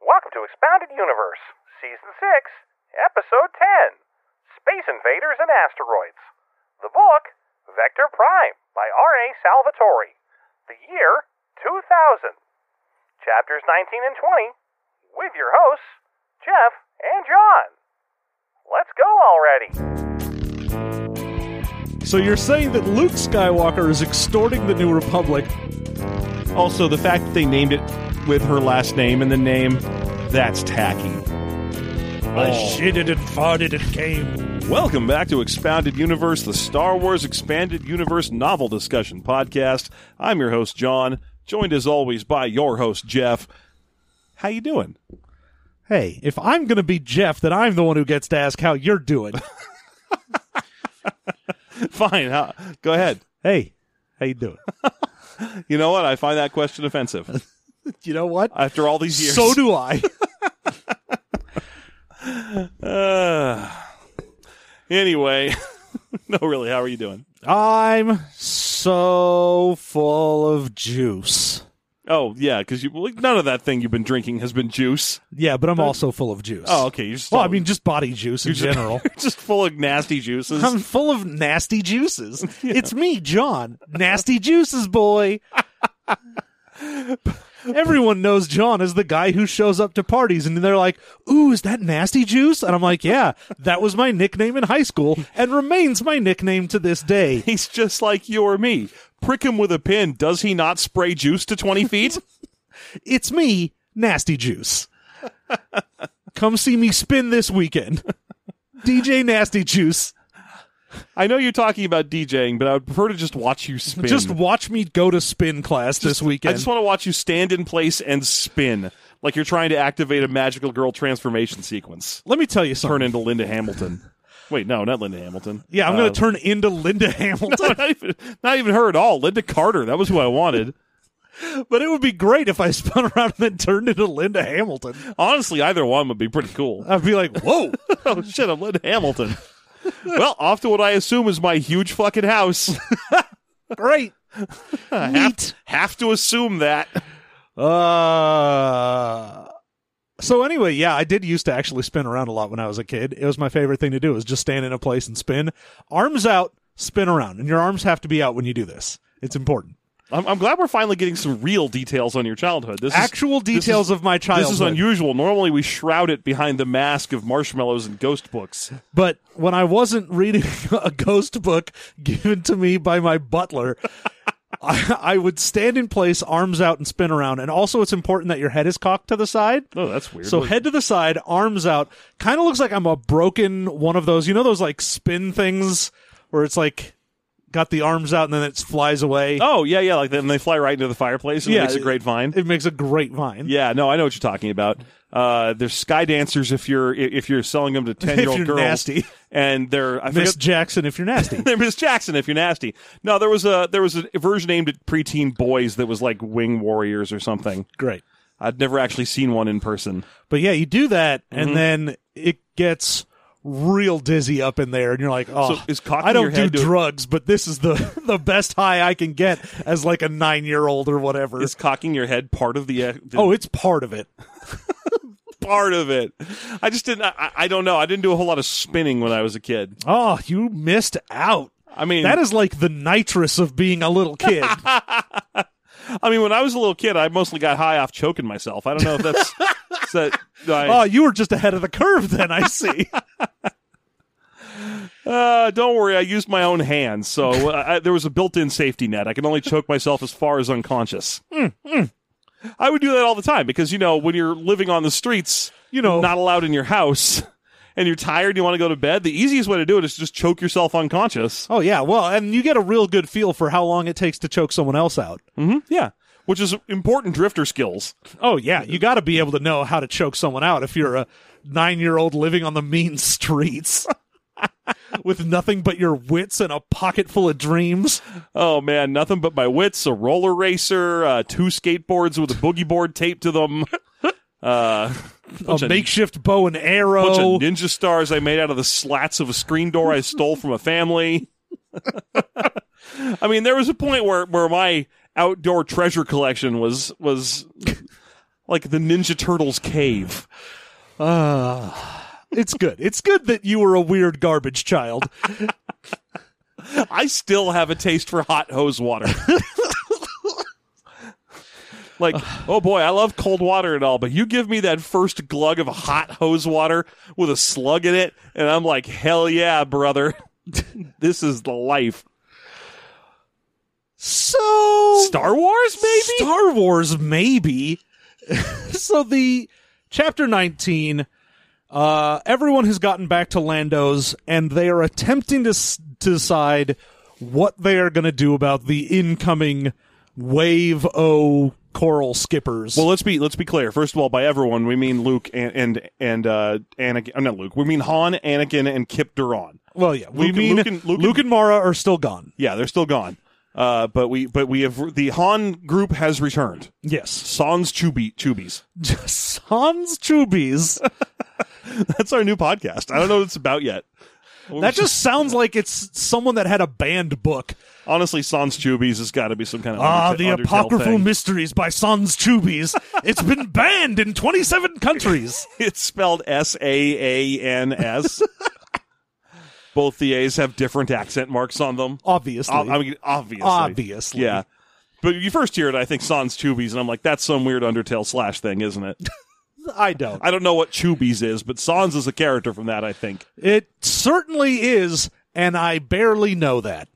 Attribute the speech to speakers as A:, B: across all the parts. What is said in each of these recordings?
A: Welcome to Expounded Universe, Season 6, Episode 10 Space Invaders and Asteroids. The book, Vector Prime, by R.A. Salvatore. The year, 2000. Chapters 19 and 20, with your hosts, Jeff and John. Let's go already.
B: So you're saying that Luke Skywalker is extorting the New Republic? Also, the fact that they named it with her last name and the name, that's tacky.
C: I shitted and farted and came.
B: Welcome back to Expounded Universe, the Star Wars Expanded Universe novel discussion podcast. I'm your host John, joined as always by your host Jeff. How you doing?
C: Hey, if I'm going to be Jeff, then I'm the one who gets to ask how you're doing.
B: Fine. Huh? Go ahead.
C: hey, how you doing?
B: You know what? I find that question offensive.
C: you know what?
B: After all these years,
C: So do I.
B: Uh, anyway, no, really. How are you doing?
C: I'm so full of juice.
B: Oh yeah, because you well, none of that thing you've been drinking has been juice.
C: Yeah, but I'm also full of juice.
B: Oh, okay. You're just
C: well, I mean, just body juice in
B: just-
C: general.
B: you're just full of nasty juices.
C: I'm full of nasty juices. It's me, John. Nasty juices, boy. Everyone knows John as the guy who shows up to parties and they're like, Ooh, is that nasty juice? And I'm like, Yeah, that was my nickname in high school and remains my nickname to this day.
B: He's just like you or me. Prick him with a pin. Does he not spray juice to twenty feet?
C: It's me, Nasty Juice. Come see me spin this weekend. DJ Nasty Juice.
B: I know you're talking about DJing, but I would prefer to just watch you spin.
C: Just watch me go to spin class this
B: I
C: weekend.
B: just want to watch you stand in place and spin like you're trying to activate a magical girl transformation sequence.
C: Let me tell you something.
B: Turn into Linda Hamilton. Wait, no, not Linda Hamilton.
C: Yeah, I'm
B: Uh,
C: going to turn into Linda Hamilton.
B: not even, not even her at all. Linda Carter. That was who I wanted.
C: But it would be great if I spun around and then turned into Linda Hamilton.
B: Honestly, either one would be pretty cool.
C: I'd be like, whoa.
B: oh shit, I'm Linda Hamilton. well, off to what I assume is my huge fucking house.
C: great. Neat.
B: Have to assume that.
C: Uh, so anyway, yeah, I did used to actually spin around a lot when I was a kid. It was my favorite thing to do was just stand in a place and spin. Arms out, spin around. And your arms have to be out when you do this. It's important.
B: I'm, I'm glad we're finally getting some real details on your childhood. This
C: Actual
B: is-
C: details of my
B: is
C: childhood.
B: this is unusual. Normally, we shroud it behind the mask of marshmallows and ghost books.
C: But when I wasn't reading a ghost book given to me by my butler, I, I would stand in place, arms out, and spin around. And also, it's important that your head is cocked to the side.
B: Oh, that's weird.
C: So head to the side, arms out. Kind of looks like I'm a broken one of those, you know, those like spin things where it's like got the arms out and then it flies away.
B: oh yeah, yeah. Like then they fly right into the fireplace and
C: Yeah,
B: it makes a great vine.
C: It makes a great vine.
B: yeah, no, I know what you're talking about. Uh, there's sky dancers if you're if you're selling them to ten year old
C: you're
B: girls,
C: nasty.
B: and they're I
C: Miss
B: forget,
C: Jackson, if you're nasty.
B: They're Miss Jackson if you're nasty. No, there was a there was a version aimed at preteen boys that was like Wing Warriors or something.
C: great.
B: I'd never actually seen one in person.
C: But yeah, you do that,
B: Mm-hmm.
C: and then it gets real dizzy up in there, and you're like, oh,
B: So is cocking
C: I
B: your
C: don't do
B: head to-
C: drugs, but this is the the best high I can get as like a nine year old or whatever.
B: Is cocking your head part of the, uh, the
C: oh, it's part of it.
B: part of it? I just didn't. I, I- I don't know. I didn't do a whole lot of spinning when I was a kid.
C: Oh, you missed out.
B: I mean,
C: That is like the nitrous of being a little kid.
B: I mean, when I was a little kid, I mostly got high off choking myself. I don't know if that's is that.
C: oh,
B: I,
C: you were just ahead of the curve then, I see.
B: uh, don't worry, I used my own hands, so uh, I, I- there was a built-in safety net. I can only choke myself as far as unconscious. Hmm, I would do that all the time because you know when you're living on the streets,
C: You know.
B: not allowed in your house, and you're tired, and you want to go to bed. The easiest way to do it is just choke yourself unconscious.
C: Oh yeah, well, and you get a real good feel for how long it takes to choke someone else out.
B: Yeah, which is important drifter skills.
C: Oh yeah, you got to be able to know how to choke someone out if you're a nine-year-old living on the mean streets with nothing but your wits and a pocket full of dreams.
B: Oh man, nothing but my wits, a roller racer, uh, two skateboards with a boogie board taped to them. Uh, bunch
C: a
B: of-
C: makeshift bow and
B: bunch
C: arrow.
B: of ninja stars I made out of the slats of a screen door I stole from a family. I mean, there was a point where where my outdoor treasure collection was was like the Ninja Turtles cave.
C: It's good. It's good that you were a weird garbage child.
B: I still have a taste for hot hose water. like, oh boy, I love cold water and all, but you give me that first glug of hot hose water with a slug in it, and I'm like, hell yeah, brother. this is the life.
C: So
B: Star Wars, maybe?
C: Star Wars, maybe. so the chapter nineteen. Uh, everyone has gotten back to Lando's, and they are attempting to, s- to decide what they are going to do about the incoming wave O coral skippers.
B: Well, let's be let's be clear. First of all, by everyone we mean Luke and and and uh, Anakin. uh, Not Luke. We mean Han, Anakin, and Kip Duran.
C: Well, yeah, we
B: Luke-
C: mean
B: Luke and- Luke and-
C: Mara are still gone.
B: Yeah, they're still gone. Uh, but we but we have the Han group has returned.
C: Yes,
B: Sans Chubby Chubbies.
C: Sans Chubbies.
B: That's our new podcast. I don't know what it's about yet.
C: that just sounds like it's someone that had a banned book.
B: Honestly, Sans Chubbies has got to be some kind of
C: Ah,
B: Underta-
C: the
B: Undertale
C: apocryphal
B: thing.
C: mysteries by Sans Chubbies. it's been banned in twenty-seven countries.
B: It's spelled S A A N S. Both the A's have different accent marks on them.
C: Obviously,
B: Ob- I mean, obviously.
C: Obviously.
B: Yeah. But you first hear it, I think Sans Chubbies, and I'm like, that's some weird Undertale slash thing, isn't it?
C: I don't.
B: I don't know what Chubbies is, but Sans is a character from that, I think.
C: It certainly is, and I barely know that.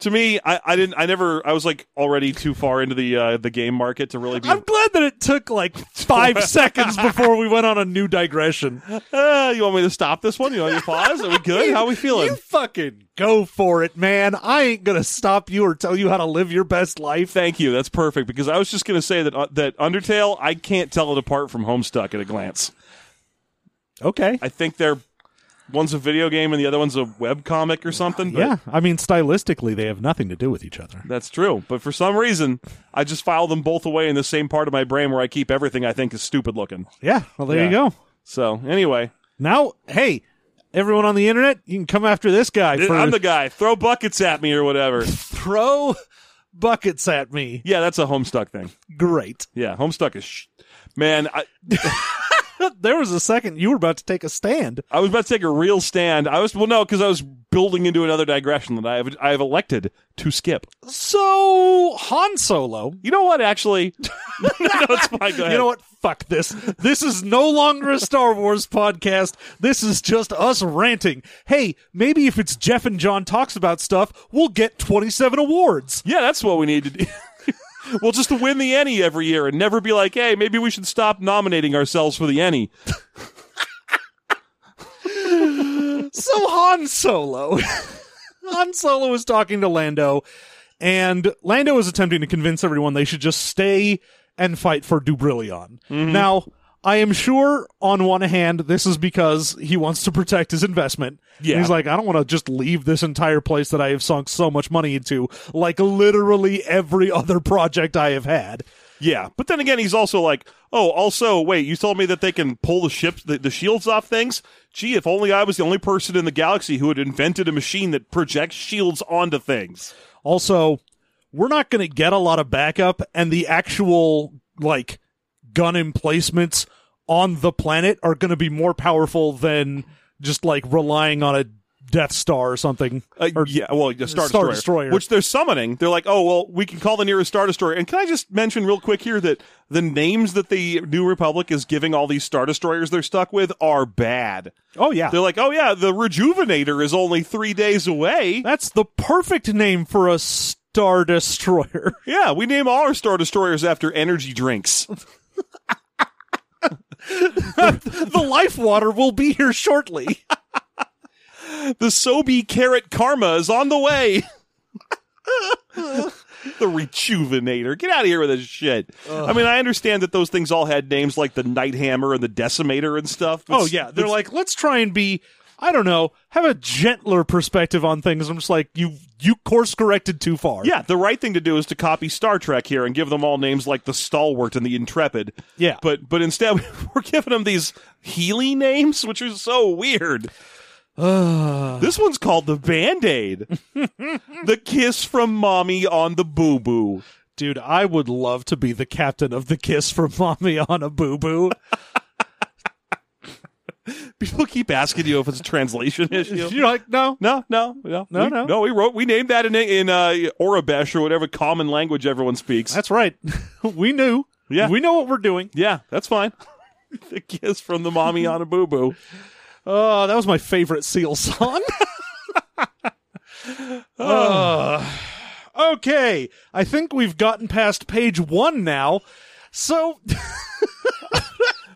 B: To me, I, I didn't I never I was like already too far into the uh, the game market to really be
C: I'm glad that it took like five seconds before we went on a new digression.
B: uh, you want me to stop this one? You want me to pause? Are we good? How we feeling?
C: You fucking go for it, man. I ain't gonna stop you or tell you how to live your best life.
B: Thank you. That's perfect because I was just going to say that uh, that Undertale, I can't tell it apart from Homestuck at a glance.
C: Okay.
B: I think they're one's a video game and the other one's a web comic or something. but-
C: Yeah, I mean, stylistically, they have nothing to do with each other.
B: That's true. But for some reason, I just file them both away in the same part of my brain where I keep everything I think is stupid looking.
C: Yeah, well, there you
B: Yeah.
C: go.
B: So, anyway,
C: Now, hey, everyone on the internet, you can come after this guy for
B: I'm the guy. Throw buckets at me or whatever.
C: throw buckets at me.
B: Yeah, that's a Homestuck thing.
C: Great.
B: Yeah, Homestuck is. Sh- Man, I,
C: There was a second you were about to take a stand.
B: I was about to take a real stand. I was well, no, because I was building into another digression that I have I have elected to skip.
C: So Han Solo.
B: You know what? Actually, no, it's fine. Go ahead.
C: You know what? Fuck this. This is no longer a Star Wars podcast. This is just us ranting. Hey, maybe if it's Jeff and John talks about stuff, we'll get 27 awards.
B: Yeah, that's what we need to do. we'll just win the Emmy every year and never be like, hey, maybe we should stop nominating ourselves for the E. Emmy.
C: So Han Solo. Han Solo is talking to Lando, and Lando is attempting to convince everyone they should just stay and fight for Dubrillion. Now, I am sure on one hand, this is because he wants to protect his investment. And
B: Yeah.
C: he's like, I don't want to just leave this entire place that I have sunk so much money into, like literally every other project I have had.
B: Yeah, but then again, he's also like, oh, also, wait, you told me that they can pull the ships, the, the shields off things. Gee, if only I was the only person in the galaxy who had invented a machine that projects shields onto things.
C: Also, we're not going to get a lot of backup, and the actual like gun emplacements on the planet are going to be more powerful than just like relying on a Death Star or something.
B: Uh,
C: Or-
B: yeah, well, the Star,
C: Star
B: Destroyer,
C: Destroyer.
B: which they're summoning. They're like, oh, well, we can call the nearest Star Destroyer. And can I just mention real quick here that the names that the New Republic is giving all these Star Destroyers they're stuck with are bad.
C: Oh yeah,
B: They're like, oh yeah, the Rejuvenator is only three days away.
C: that's the perfect name for a Star Destroyer.
B: Yeah, we name all our Star Destroyers after energy drinks.
C: the life water will be here shortly.
B: The Sobe Carrot Karma is on the way. the Rejuvenator. Get out of here with this shit. I mean, I understand that those things all had names like the Night Hammer and the Decimator and stuff. but
C: oh
B: s-
C: yeah, they're like, let's try and be. I don't know. Have a gentler perspective on things. I'm just like you. You course corrected too far.
B: Yeah, the right thing to do is to copy Star Trek here and give them all names like the Stalwart and the Intrepid.
C: Yeah.
B: But but instead we're giving them these Healy names, which are so weird. this one's called the Band-Aid. the kiss from mommy on the boo-boo.
C: dude, I would love to be the captain of the Kiss for Mommy on a Boo Boo.
B: People keep asking you if it's a translation issue.
C: You're like, no,
B: No, no, no,
C: No,
B: we,
C: no.
B: no. We wrote, we named that in in uh, Orabesh or whatever common language everyone speaks.
C: that's right. we knew.
B: Yeah.
C: We know what we're doing.
B: yeah, that's fine. the kiss from the mommy on a boo boo.
C: Oh, that was my favorite Seal song. Uh, okay, I think we've gotten past page one now. So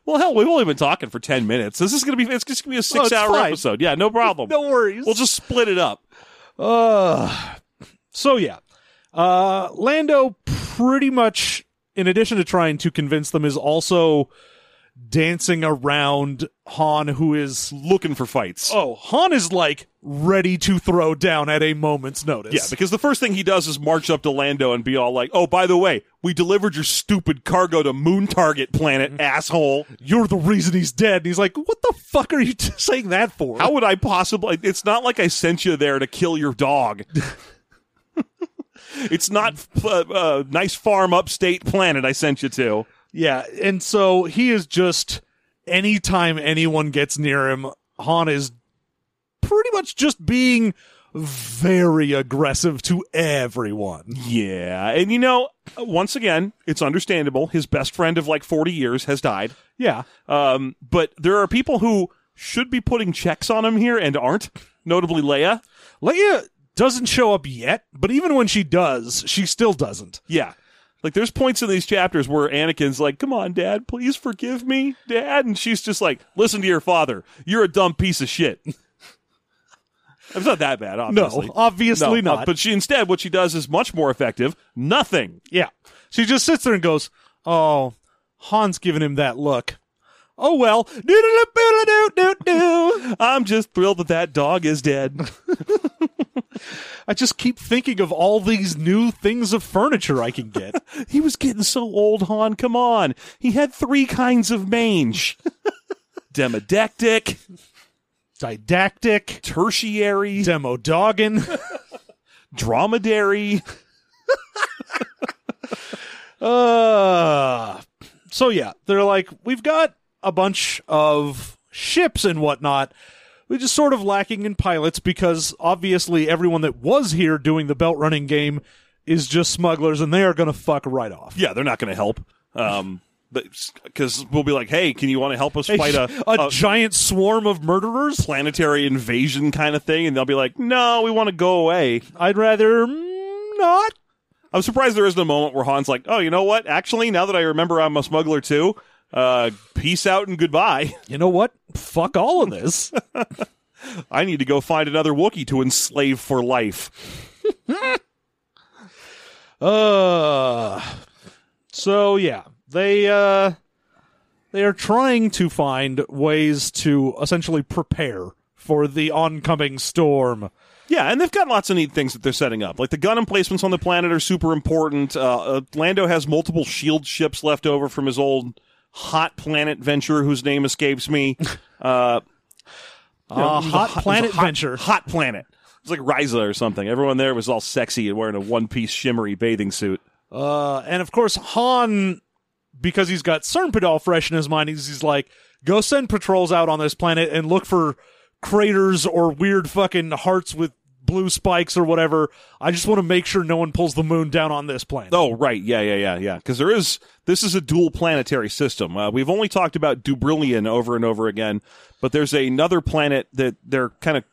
B: Well, hell, we've only been talking for ten minutes. This is gonna be it's just gonna be a six hour
C: fine.
B: episode. Yeah, no problem.
C: no worries.
B: We'll just split it up.
C: Uh, so yeah, uh, Lando pretty much, in addition to trying to convince them, is also dancing around Han, who is
B: Looking for fights.
C: oh Han is like ready to throw down at a moment's notice.
B: Yeah, because the first thing he does is march up to Lando and be all like, "Oh, by the way, we delivered your stupid cargo to Moon Target Planet, asshole.
C: you're the reason he's dead. And he's like, what the fuck are you t- saying that for?
B: How would I possibly? It's not like I sent you there to kill your dog. it's not uh, uh, nice farm upstate planet I sent you to.
C: Yeah, and so he is just anytime anyone gets near him, Han is pretty much just being very aggressive to everyone.
B: Yeah, and you know, once again, it's understandable. His best friend of like forty years has died.
C: Yeah.
B: Um, but there are people who should be putting checks on him here and aren't. Notably, Leia.
C: Leia doesn't show up yet, but even when she does, she still doesn't.
B: Yeah. Like there's points in these chapters where Anakin's like, "Come on, dad, please forgive me, dad." And she's just like, "Listen to your father. You're a dumb piece of shit." it's not that bad, obviously.
C: No, obviously
B: No, uh,
C: not.
B: but she instead what she does is much more effective. Nothing.
C: yeah. She just sits there and goes, Oh, Han's giving him that look. Oh well. Do-do-do-do-do-do-do.
B: I'm just thrilled that that dog is dead.
C: I just keep thinking of all these new things of furniture I can get.
B: he was getting so old, Han. Come on. He had three kinds of mange. Demodectic,
C: Didactic.
B: tertiary,
C: Demo Doggin.
B: dromedary.
C: uh, so, yeah, they're like, we've got a bunch of ships and whatnot. We're just sort of lacking in pilots because obviously everyone that was here doing the belt running game is just smugglers and they are going to fuck right off.
B: yeah, they're not going to help. Um, because we'll be like, hey, can you want to help us fight a,
C: a
B: a
C: giant swarm of murderers?
B: planetary invasion kind of thing? And they'll be like, no, we want to go away.
C: I'd rather mm, not.
B: I'm surprised there isn't a moment where Han's like, oh, you know what? Actually, now that I remember I'm a smuggler too, uh, peace out and goodbye.
C: You know what? Fuck all of this.
B: I need to go find another Wookiee to enslave for life.
C: Uh so yeah, they uh they are trying to find ways to essentially prepare for the oncoming storm.
B: Yeah, and they've got lots of neat things that they're setting up. Like the gun emplacements on the planet are super important. Uh, uh, Lando has multiple shield ships left over from his old hot planet venture, whose name escapes me.
C: uh,
B: Uh, it was a
C: hot
B: hot- it was a
C: planet
B: hot-
C: venture.
B: Hot Planet. It's like Riza or something. Everyone there was all sexy and wearing a one piece shimmery bathing suit.
C: Uh and of course Han because he's got Cernpidol fresh in his mind, he's, he's like go send patrols out on this planet and look for craters or weird fucking hearts with blue spikes or whatever. I just want to make sure no one pulls the moon down on this planet.
B: Oh, right. Yeah, yeah, yeah, yeah. Because there is, this is a dual planetary system. Uh, we've only talked about Dubrillion over and over again, but there's another planet that they're kind of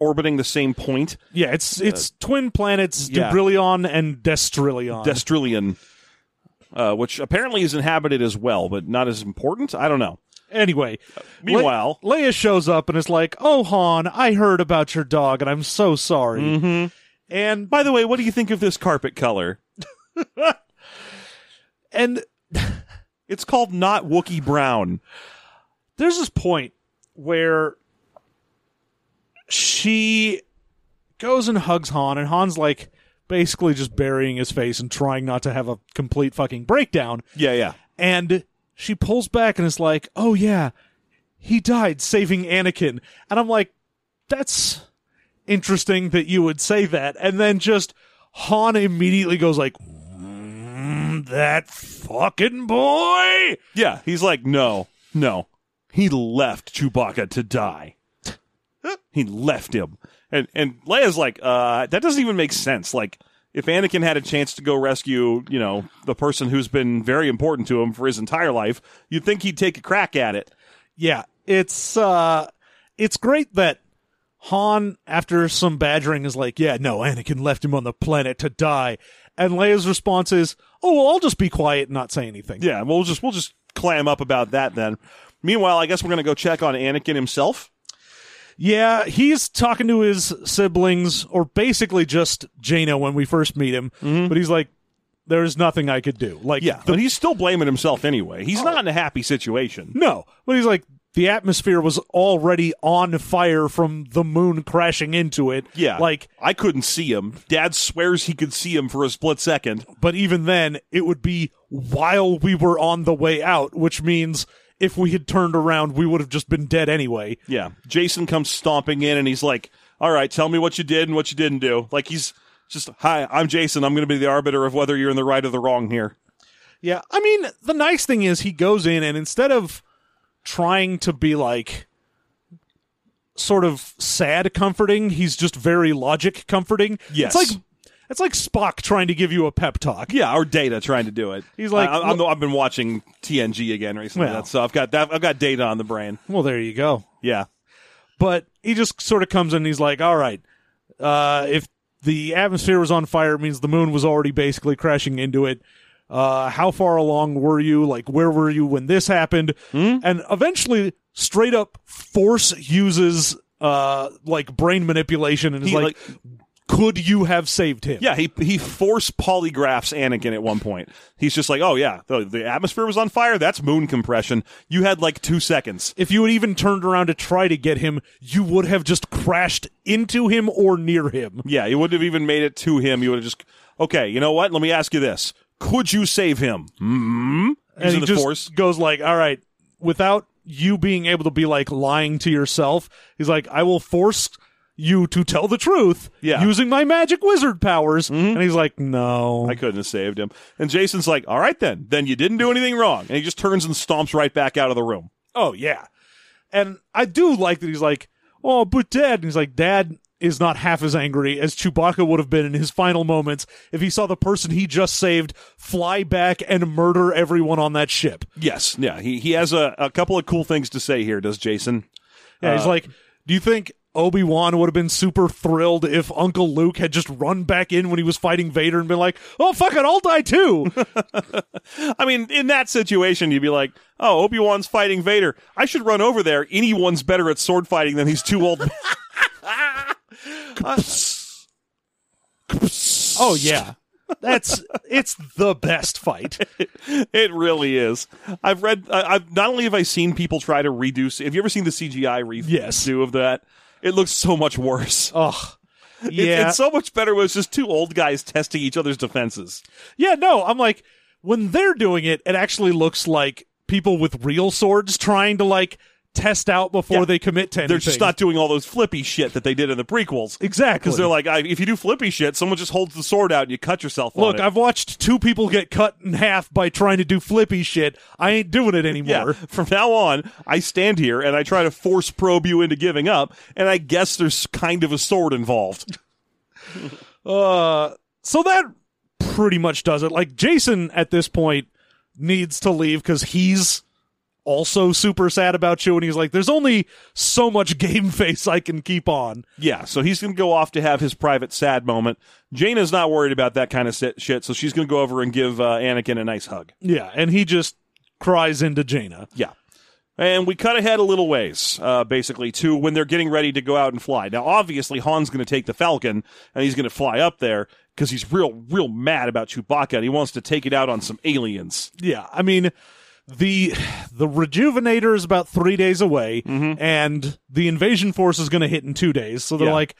B: orbiting the same point,
C: Yeah, it's it's twin planets
B: yeah.
C: Dubrillion and Destrillion.
B: Uh-huh. Destrillion, uh, which apparently is inhabited as well, but not as important. I don't know.
C: anyway, Le-
B: Uh, meanwhile-
C: Leia shows up and is like, "Oh, Han, I heard about your dog, and I'm so sorry."
B: Mm-hmm.
C: And
B: By the way, what do you think of this carpet color?
C: and
B: It's called not Wookie Brown.
C: there's this point where she goes and hugs Han, and Han's like basically just burying his face and trying not to have a complete fucking breakdown.
B: Yeah, yeah.
C: and she pulls back and is like, "Oh yeah, he died saving Anakin." And I'm like, "That's interesting that you would say that." And then just Han immediately goes like, "Mm, that fucking boy.
B: Yeah, he's like, no, no. He left Chewbacca to die. he left him. And and Leia's like, uh, that doesn't even make sense. Like, if Anakin had a chance to go rescue, you know, the person who's been very important to him for his entire life, you'd think he'd take a crack at it.
C: Yeah, it's uh, it's great that Han, after some badgering, is like, "Yeah, no, Anakin left him on the planet to die," and Leia's response is, "Oh, well, I'll just be quiet and not say anything."
B: Yeah, we'll just we'll just clam up about that then. Meanwhile, I guess we're gonna go check on Anakin himself.
C: Yeah, he's talking to his siblings, or basically just Jaina when we first meet him. But he's like, "There's nothing I could do." Like,
B: Mm-hmm. Yeah, Oh. but he's still blaming himself anyway. He's not in a happy situation.
C: No, but he's like the atmosphere was already on fire from the moon crashing into it.
B: Yeah,
C: like,
B: I couldn't see him. Dad swears he could see him for a split second.
C: but even then, it would be while we were on the way out, which means if we had turned around, we would have just been dead anyway.
B: Yeah. Jason comes stomping in and he's like, All right, tell me what you did and what you didn't do. Like he's just, Hi, I'm Jason. I'm going to be the arbiter of whether you're in the right or the wrong here.
C: Yeah, I mean, the nice thing is he goes in and instead of trying to be like sort of sad comforting, he's just very logic comforting.
B: Yes.
C: It's like it's like Spock trying to give you a pep talk.
B: Yeah, or Data trying to do it.
C: He's like,
B: I, am I've been watching TNG again recently,
C: Well.
B: so I've got that. I've got Data on the brain.
C: Well, there you go.
B: Yeah,
C: but he just sort of comes in and he's like, all right, uh, if the atmosphere was on fire, it means the moon was already basically crashing into it. Uh, how far along were you? Like, where were you when this happened?
B: Hmm?
C: And eventually, straight up force uses, uh, like brain manipulation and is
B: He,
C: like, could you have saved him?
B: yeah. He he force polygraphs Anakin at one point. He's just like, oh yeah, the, the atmosphere was on fire. That's moon compression. You had like two seconds.
C: If you had even turned around to try to get him, you would have just crashed into him or near him.
B: Yeah, you wouldn't have even made it to him. You would have just okay. You know what? Let me ask you this: Could you save him? Hmm.
C: and
B: Using
C: he
B: the
C: just
B: force.
C: goes like, "All right, without you being able to be like lying to yourself, he's like, I will force you to tell the truth
B: Yeah. Mm-hmm.
C: using my magic wizard powers." And he's like, "No,
B: I couldn't have saved him. And Jason's like, "All right, then. Then you didn't do anything wrong." And he just turns and stomps right back out of the room.
C: oh yeah." And I do like that he's like, "Oh, but Dad," and he's like, "Dad." Is not half as angry as Chewbacca would have been in his final moments if he saw the person he just saved fly back and murder everyone on that ship.
B: Yes. Yeah. He he has a, a couple of cool things to say here. Does Jason?
C: Yeah, he's like, do you think Obi Wan would have been super thrilled if Uncle Luke had just run back in when he was fighting Vader and been like, "Oh fuck it, I'll die too."
B: I mean, in that situation, you'd be like, "Oh, Obi Wan's fighting Vader. I should run over there. Anyone's better at sword fighting than he's too old."
C: oh yeah, that's it's the best fight.
B: It really is. I've read. I, I've not only have I seen people try to redo. Have you ever seen the CGI redo
C: Yes.
B: of that? It looks so much worse.
C: Oh
B: It-
C: yeah,
B: it's so much better when it's just two old guys testing each other's defenses.
C: yeah. No, I'm like when they're doing it, it actually looks like people with real swords trying to like test out before
B: Yeah.
C: they commit to anything.
B: They're just not doing all those flippy shit that they did in the prequels.
C: exactly
B: Because they're like, I, if you do flippy shit, someone just holds the sword out and you cut yourself. on
C: Look,
B: it.
C: I've watched two people get cut in half by trying to do flippy shit. I ain't doing it anymore.
B: Yeah. From now on, I stand here and I try to force probe you into giving up, and I guess there's kind of a sword involved.
C: Uh, so that pretty much does it. Like Jason at this point needs to leave because he's also super sad about you, and he's like, "There's only so much game face I can keep on."
B: Yeah, so he's going to go off to have his private sad moment. Jaina's not worried about that kind of si- shit, so she's going to go over and give uh, Anakin a nice hug.
C: Yeah, and he just cries into Jaina.
B: Yeah. And we cut ahead a little ways, uh, basically, to when they're getting ready to go out and fly. Now, obviously, Han's going to take the Falcon and he's going to fly up there because he's real, real mad about Chewbacca and he wants to take it out on some aliens.
C: Yeah, I mean the the rejuvenator is about three days away, and the invasion force is going to hit in two days. So they're
B: Yeah.
C: like,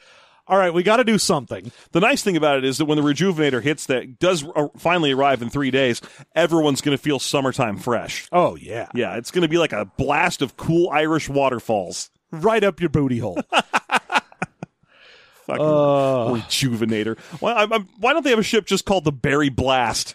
C: "All right, we got to do something."
B: The nice thing about it is that when the rejuvenator hits that does uh, finally arrive in three days, everyone's going to feel summertime fresh.
C: Oh yeah,
B: Yeah, it's going to be like a blast of cool Irish waterfalls.
C: right up your booty hole.
B: Fucking rejuvenator. Why, I'm, I'm, why don't they have a ship just called the Barry Blast?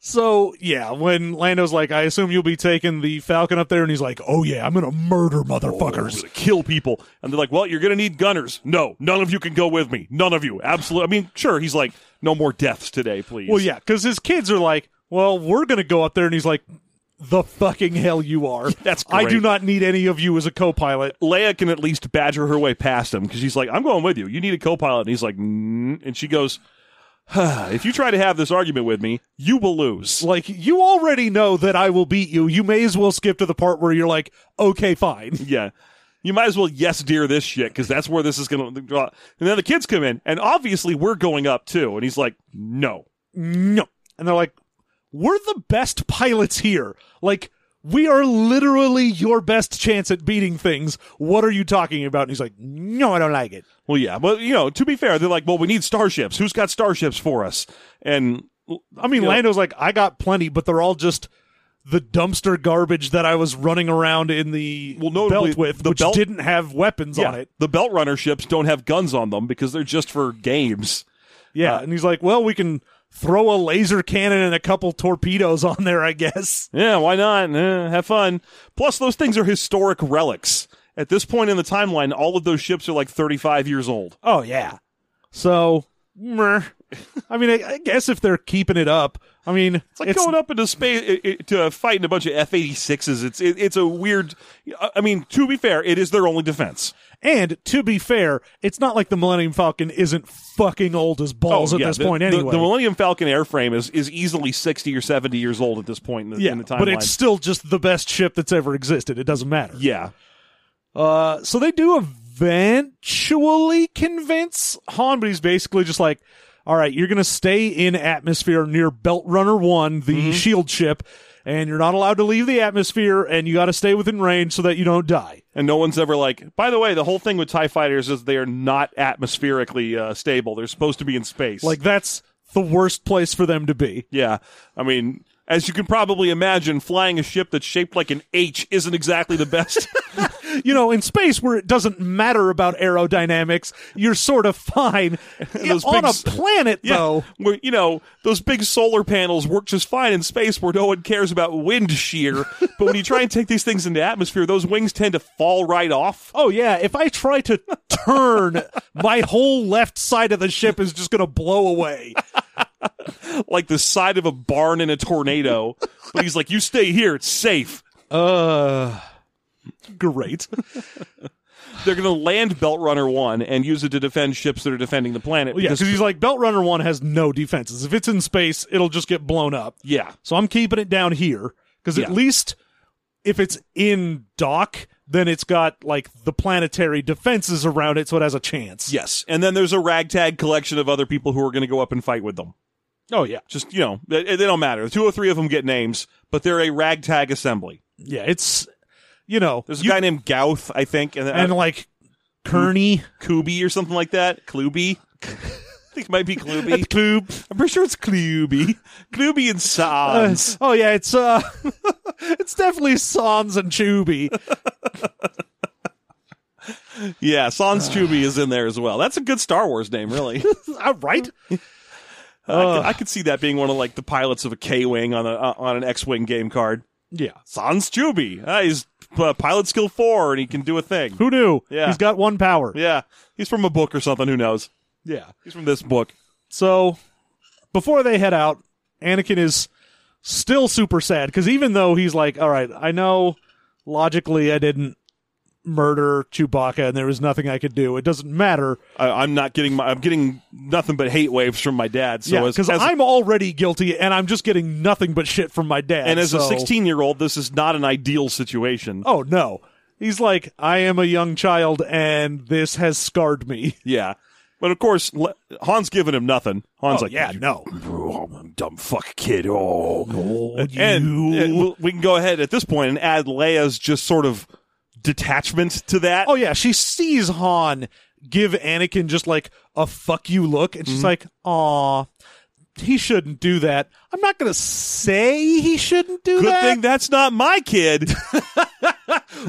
C: So yeah, when Lando's like, I assume you'll be taking the Falcon up there, and he's like, Oh yeah, I'm gonna murder motherfuckers.
B: to kill people. And they're like, well, you're going to need gunners. No, none of you can go with me. None of you. Absolutely. I mean, sure, he's like, no more deaths today, please.
C: Well, yeah, because his kids are like, Well, we're gonna go up there, and he's like, The fucking hell you are.
B: That's
C: I do
B: great.
C: not need any of you as a co-pilot.
B: Leia can at least badger her way past him because she's like, I'm going with you. You need a co pilot. And he's like, mm. and she goes, "Huh, if you try to have this argument with me, you will lose.
C: Like you already know that I will beat you. You may as well skip to the part where you're like, Okay, fine.
B: Yeah. You might as well yes dear this shit because that's where this is going to draw. And then the kids come in, and obviously we're going up too. And he's like, no.
C: no. And they're like, we're the best pilots here. Like, we are literally your best chance at beating things. What are you talking about? And he's like, no, I don't like it.
B: Well, yeah, but you know, to be fair, they're like, well, we need starships. Who's got starships for us? And
C: I mean,
B: Yeah.
C: Lando's like, I got plenty, but they're all just the dumpster garbage that I was running around in the
B: Well, notably,
C: belt with,
B: the
C: which
B: belt-
C: didn't have weapons on it.
B: the belt runner ships don't have guns on them because they're just for games.
C: Yeah. and he's like, well, we can throw a laser cannon and a couple torpedoes on there, I guess.
B: Yeah, why not? Eh, have fun. Plus, those things are historic relics. At this point in the timeline, all of those ships are like 35 years old.
C: Oh yeah. So, meh. I mean, I, I guess if they're keeping it up, I mean,
B: It's like going up into space i i to fight in a bunch of F 86s. It's, it, it's a weird. I I mean, to be fair, it is their only defense.
C: and to be fair, it's not like the Millennium Falcon isn't fucking old as balls
B: Oh,
C: at
B: yeah,
C: this
B: the-
C: point
B: the-
C: anyway.
B: The, Millennium Falcon airframe is, is easily 60 or 70 years old at this point in the,
C: yeah,
B: in the timeline.
C: but it's still just the best ship that's ever existed. It doesn't matter.
B: yeah.
C: Uh, so they do eventually convince Han, but he's basically just like, all right, you're going to stay in atmosphere near Belt Runner 1, the
B: Mm-hmm.
C: shield ship, and you're not allowed to leave the atmosphere, and you got to stay within range so that you don't die.
B: And no one's ever like, by the way, the whole thing with TIE fighters is they are not atmospherically uh, stable. They're supposed to be in space.
C: Like that's the worst place for them to be.
B: yeah. I mean, as you can probably imagine, flying a ship that's shaped like an H isn't exactly the best.
C: You know, in space where it doesn't matter about aerodynamics, you're sort of fine.
B: those
C: on
B: big
C: a
B: s-
C: planet though.
B: Where, you know, those big solar panels work just fine in space where no one cares about wind shear. but when you try and take these things into atmosphere, those wings tend to fall right off.
C: Oh yeah, if I try to turn, my whole left side of the ship is just going to blow away.
B: like the side of a barn in a tornado. but he's like, you stay here, it's safe.
C: Uh great.
B: They're going to land Belt Runner 1 and use it to defend ships that are defending the planet.
C: Well, yeah,
B: because-
C: cuz he's like Belt Runner 1 has no defenses. If it's in space, it'll just get blown up.
B: yeah.
C: So I'm keeping it down here because at
B: Yeah.
C: least if it's in dock, then it's got like the planetary defenses around it, so it has a chance.
B: Yes. And then there's a ragtag collection of other people who are going to go up and fight with them.
C: Oh yeah.
B: Just, you know, they, they don't matter. Two or three of them get names, but they're a ragtag assembly.
C: Yeah, it's you know
B: There's a
C: you-
B: guy named Gouth, I think, and,
C: and
B: and
C: like Kearney
B: Kubi or something like that. Klubi. I think it might be Klubi.
C: Club.
B: I'm pretty sure it's Klubi. Klubi and
C: Uh,
B: Sans.
C: oh yeah, it's uh it's definitely Sans and Chubby. Uh,
B: yeah, Sans Chubi is in there as well. That's a good Star Wars name, really.
C: Uh, right?
B: I,
C: Uh.
B: could, I could see that being one of like the pilots of a K wing on a uh, on an X wing game card.
C: Yeah.
B: Sans Juby, uh, he's uh, pilot skill four, and he can do a thing.
C: Who knew?
B: Yeah.
C: He's got one power.
B: Yeah, he's from a book or something. Who knows?
C: yeah.
B: He's from this book.
C: So before they head out, Anakin is still super sad because even though he's like, all right, I know logically I didn't murder Chewbacca and there was nothing I could do. It doesn't matter.
B: I, I'm not getting my. I'm getting nothing but hate waves from my dad. So
C: yeah,
B: as,
C: because
B: as-
C: I'm already guilty and I'm just getting nothing but shit from my dad.
B: and as a
C: so-
B: 16 year old, this is not an ideal situation.
C: Oh, no. He's like, I am a young child and this has scarred me.
B: Yeah, but of course, Le- Han's giving him nothing. Han's like,
C: yeah, no.
B: "Oh, I'm a dumb fuck kid. Oh,
C: And,
B: and, and we'll- we can go ahead at this point and add Leia's just sort of detachment to that.
C: oh, yeah, she sees Han give Anakin just like a fuck you look and she's like, aw. He shouldn't do that. I'm not going to say he shouldn't do
B: Good
C: that.
B: thing that's not my kid.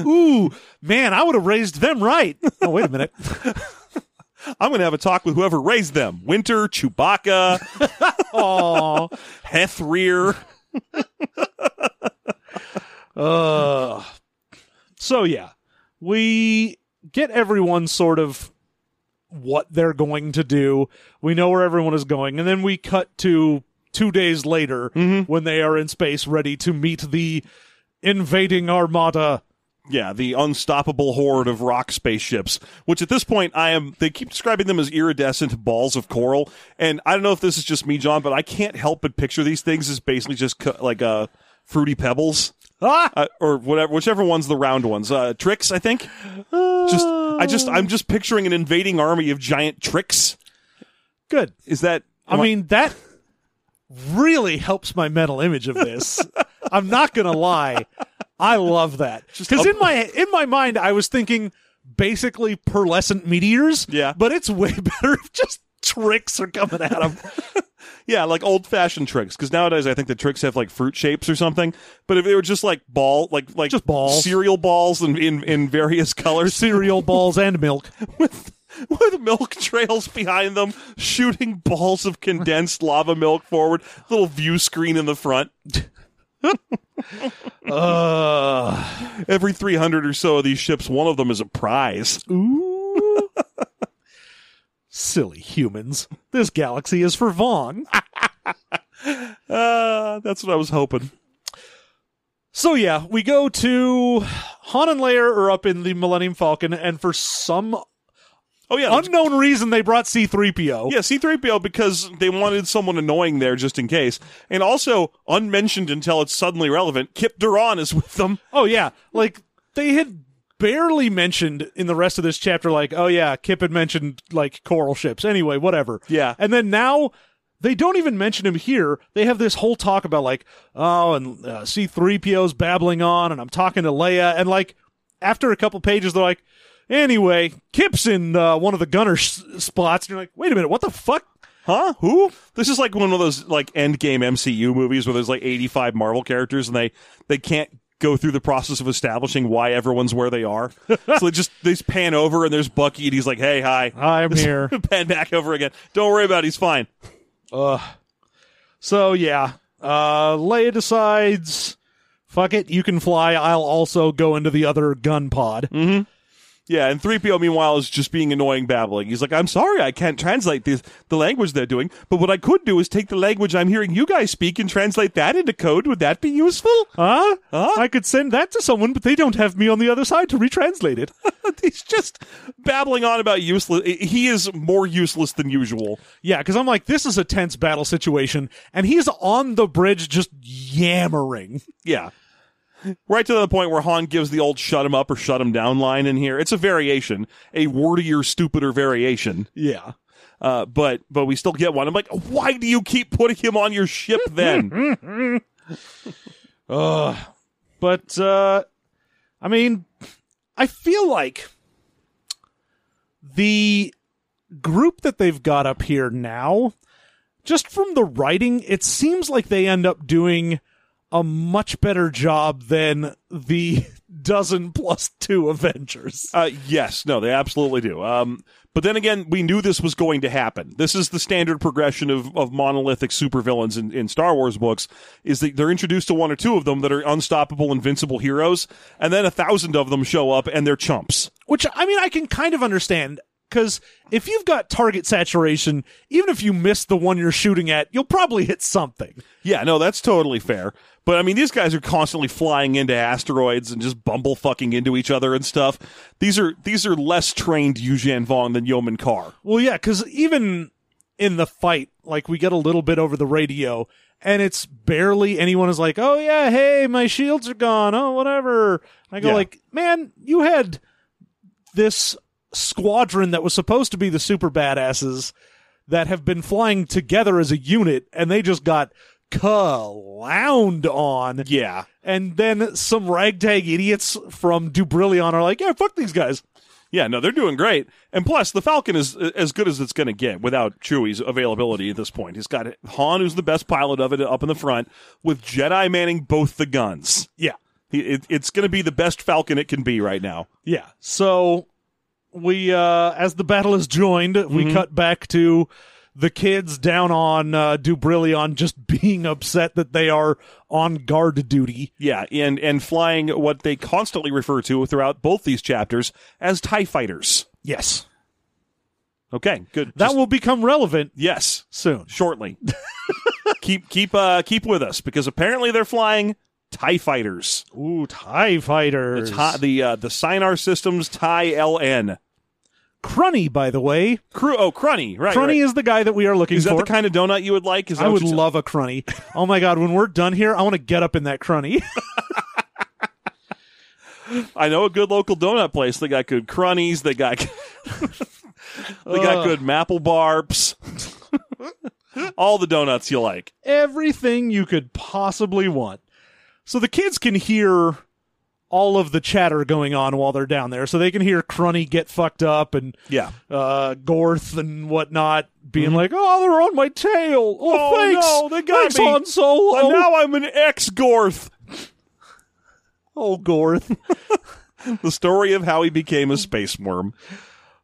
C: Ooh, man, I would have raised them right. Oh, wait a minute.
B: I'm going to have a talk with whoever raised them Winter, Chewbacca,
C: Aw.
B: Hethreer.
C: Uh, so yeah, we get everyone sort of what they're going to do. We know where everyone is going, and then we cut to two days later when they are in space, ready to meet the invading armada.
B: Yeah, the unstoppable horde of rock spaceships, which at this point I am, they keep describing them as iridescent balls of coral. And I don't know if this is just me, John, but I can't help but picture these things as basically just co- like uh, fruity pebbles.
C: Ah,
B: uh, or whatever, whichever one's the round ones. Uh, tricks, I think. Just, I just, I'm just picturing an invading army of giant tricks.
C: good.
B: Is that?
C: I
B: am
C: mean, that really helps my mental image of this. I'm not gonna lie, I love that because in my in my mind I was thinking basically pearlescent meteors.
B: Yeah.
C: but it's way better if just tricks are coming at them.
B: yeah, like old fashioned tricks. Because nowadays, I think the tricks have like fruit shapes or something. But if they were just like ball, like like
C: Just balls.
B: cereal balls in in, in various colors
C: Cereal balls and milk.
B: with with milk trails behind them, shooting balls of condensed lava milk forward. Little view screen in the front.
C: Uh,
B: Every three hundred or so of these ships, one of them is a prize.
C: ooh. Silly humans. This galaxy is for Vaughn.
B: Uh, that's what I was hoping.
C: So yeah, we go to Han and Leia are up in the Millennium Falcon, and for some
B: Oh yeah,
C: unknown reason, they brought C-3PO.
B: Yeah, C3PO because they wanted someone annoying there just in case. And also, unmentioned until it's suddenly relevant, Kip Duran is with them.
C: Oh yeah, like they had barely mentioned in the rest of this chapter, like oh yeah, Kip had mentioned like coral ships. Anyway, whatever.
B: Yeah.
C: and then now. They don't even mention him here. They have this whole talk about like, oh, and uh, C-3PO's babbling on, and I'm talking to Leia, and like, after a couple pages, they're like, anyway, Kip's in uh, one of the gunner s- spots, and you're like, wait a minute, what the fuck?
B: Huh? Who? This is like one of those like endgame MCU movies where there's like 85 Marvel characters and they they can't go through the process of establishing why everyone's where they are. so they just they just pan over and there's Bucky and he's like, "Hey, hi."
C: I'm here.
B: pan back over again. Don't worry about it, he's fine.
C: So yeah, uh, Leia decides, "Fuck it, you can fly. I'll also go into the other gun pod."
B: Mm-hmm. Yeah, and 3PO meanwhile is just being annoying babbling. He's like, "I'm sorry, I can't translate this the language they're doing, but what I could do is take the language I'm hearing you guys speak and translate that into code. Would that be useful?"
C: Huh?
B: Huh?
C: I could send that to someone, but they don't have me on the other side to retranslate it.
B: He's just babbling on about useless. He is more useless than usual.
C: yeah, because I'm like, this is a tense battle situation, and he's on the bridge just yammering.
B: Yeah. Right to the point where Han gives the old shut him up or shut him down line in here. It's a variation, a wordier, stupider variation.
C: Yeah.
B: Uh, but but we still get one. I'm like, why do you keep putting him on your ship then?
C: Ugh. But uh I mean, I feel like the group that they've got up here now, just from the writing, it seems like they end up doing a much better job than the dozen plus two Avengers.
B: Uh, yes, no, they absolutely do. Um, but then again, we knew this was going to happen. This is the standard progression of, of monolithic supervillains in, in Star Wars books. Is that they're introduced to one or two of them that are unstoppable, invincible heroes, and then a thousand of them show up and they're chumps.
C: Which I mean, I can kind of understand because if you've got target saturation, even if you miss the one you're shooting at, you'll probably hit something.
B: Yeah, no, that's totally fair. But I mean, these guys are constantly flying into asteroids and just bumble fucking into each other and stuff. These are these are less trained Yuuzhan Vong than Yeoman Carr.
C: Well, yeah, because even in the fight, like we get a little bit over the radio, and it's barely anyone is like, "Oh yeah, hey, my shields are gone. Oh whatever." I go
B: Yeah.
C: like, "Man, you had this squadron that was supposed to be the super badasses that have been flying together as a unit, and they just got." Clowned on,
B: Yeah,
C: and then some ragtag idiots from Dubrillion are like, "Yeah, fuck these guys."
B: Yeah, no, they're doing great. And plus, the Falcon is uh, as good as it's going to get without Chewie's availability at this point. He's got Han, who's the best pilot of it, up in the front with Jedi manning both the guns.
C: Yeah,
B: He, it, it's going to be the best Falcon it can be right now.
C: Yeah. So we uh as the battle is joined,
B: Mm-hmm.
C: we cut back to the kids down on uh, Dubrillion just being upset that they are on guard duty.
B: Yeah, and and flying what they constantly refer to throughout both these chapters as Tie Fighters.
C: Yes.
B: Okay, good.
C: That
B: Just-
C: will become relevant
B: yes,
C: soon.
B: shortly. keep keep uh keep with us because apparently they're flying Tie Fighters.
C: Ooh, TIE
B: The
C: fighters.
B: Ti- the uh, the Sinar Systems Tie LN
C: Crunny, by the way.
B: crew. Oh, Crunny, right?
C: Crunny
B: right.
C: is the guy that we are looking
B: Is that
C: for.
B: the kind of donut you would like? Is that
C: I
B: what
C: would
B: you-
C: love a crunny. Oh my god, when we're done here, I want to get up in that crunny.
B: I know a good local donut place. They got good crunnies. They got they got
C: Ugh.
B: good maple barbs. All the donuts you like.
C: Everything you could possibly want. So the kids can hear all of the chatter going on while they're down there. So they can hear Crunny get fucked up and
B: Yeah. Mm-hmm.
C: uh, Gorth and whatnot being like, "Oh, they're on my tail! Oh,
B: Oh,
C: thanks,
B: no, they got
C: thanks
B: me.
C: Han Solo!
B: And now I'm an ex Gorth.
C: oh, Gorth!
B: The story of how he became a space worm.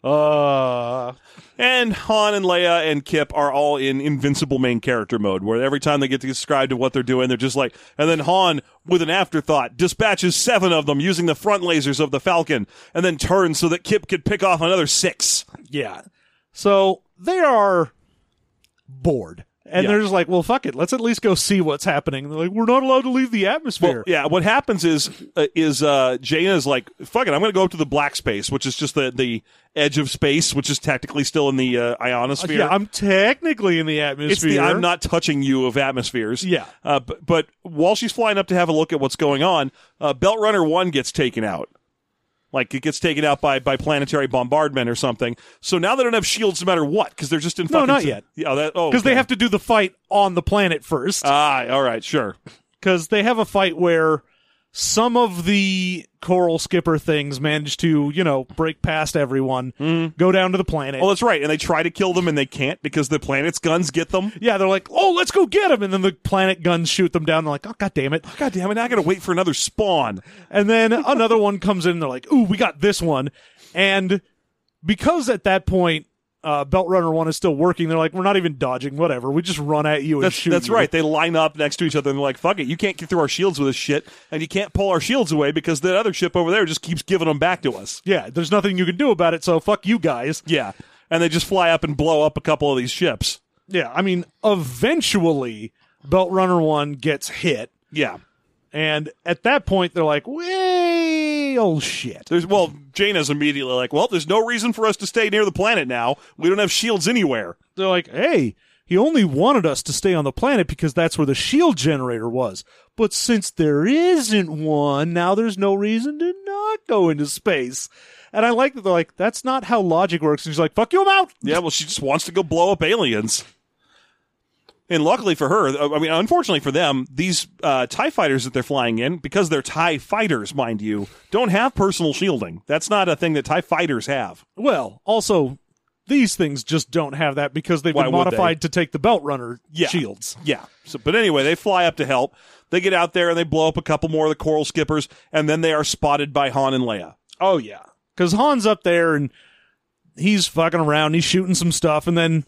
C: Uh,
B: And Han and Leia and Kip are all in invincible main character mode, where every time they get to describe to what they're doing, they're just like, and then Han, with an afterthought, dispatches seven of them using the front lasers of the Falcon, and then turns so that Kip could pick off another six.
C: yeah. So they are bored." And
B: Yeah.
C: they're just like, well, fuck it. Let's at least go see what's happening. They're like, we're not allowed to leave the atmosphere.
B: Yeah, what happens is uh, is uh, Jaina is like, "Fuck it, I'm going to go up to the black space, which is just the the edge of space, which is technically still in the uh, ionosphere.
C: Yeah, I'm technically in the atmosphere.
B: it's the I'm not touching you of atmospheres.
C: Yeah.
B: Uh, but, but while she's flying up to have a look at what's going on, uh, Belt Runner 1 gets taken out. Like it gets taken out by, by planetary bombardment or something. So now they don't have shields no matter what because they're just in
C: No,
B: fucking.
C: not yet.
B: Yeah, that, oh,
C: because
B: okay.
C: they have to do the fight on the planet first.
B: Ah, all right, sure.
C: Because they have a fight where some of the coral skipper things manage to, you know, break past everyone,
B: Mm-hmm.
C: go down to the planet.
B: Oh, that's right. And they try to kill them and they can't because the planet's guns get them.
C: yeah, they're like, "Oh, let's go get them!" And then the planet guns shoot them down. They're like, "Oh, god damn it!"
B: God damn it! Now I got to wait for another spawn.
C: And then another one comes in. They're like, "Ooh, we got this one!" And because at that point, uh, Belt Runner One is still working. They're like, "We're not even dodging. Whatever. We just run at you and
B: That's
C: shoot."
B: that's
C: you."
B: right. They line up next to each other and they're like, "Fuck it, you can't get through our shields with this shit, and you can't pull our shields away because that other ship over there just keeps giving them back to us."
C: Yeah, there's nothing you can do about it. So fuck you guys.
B: Yeah. And they just fly up and blow up a couple of these ships.
C: Yeah, I mean, eventually Belt Runner One gets hit,
B: Yeah.
C: and at that point they're like, "Way, oh shit!"
B: There's well, Jaina's immediately like, Well, there's no reason for us to stay near the planet now. We don't have shields anywhere.
C: They're like, "Hey, he only wanted us to stay on the planet because that's where the shield generator was. But since there isn't one, now there's no reason to not go into space." And I like that they're like, "That's not how logic works." And she's like, "Fuck you, I'm out."
B: Yeah, well, she just wants to go blow up aliens. And luckily for her, I mean, unfortunately for them, these uh, TIE fighters that they're flying in, because they're TIE fighters, mind you, don't have personal shielding. That's not a thing that TIE fighters have.
C: Well, also. These things just don't have that because they've
B: Why
C: been
B: would they?
C: modified to take the belt runner
B: Yeah.
C: shields.
B: Yeah. So, but anyway, they fly up to help. They get out there and they blow up a couple more of the coral skippers, and then they are spotted by Han and Leia.
C: Oh yeah, because Han's up there and he's fucking around. He's shooting some stuff, and then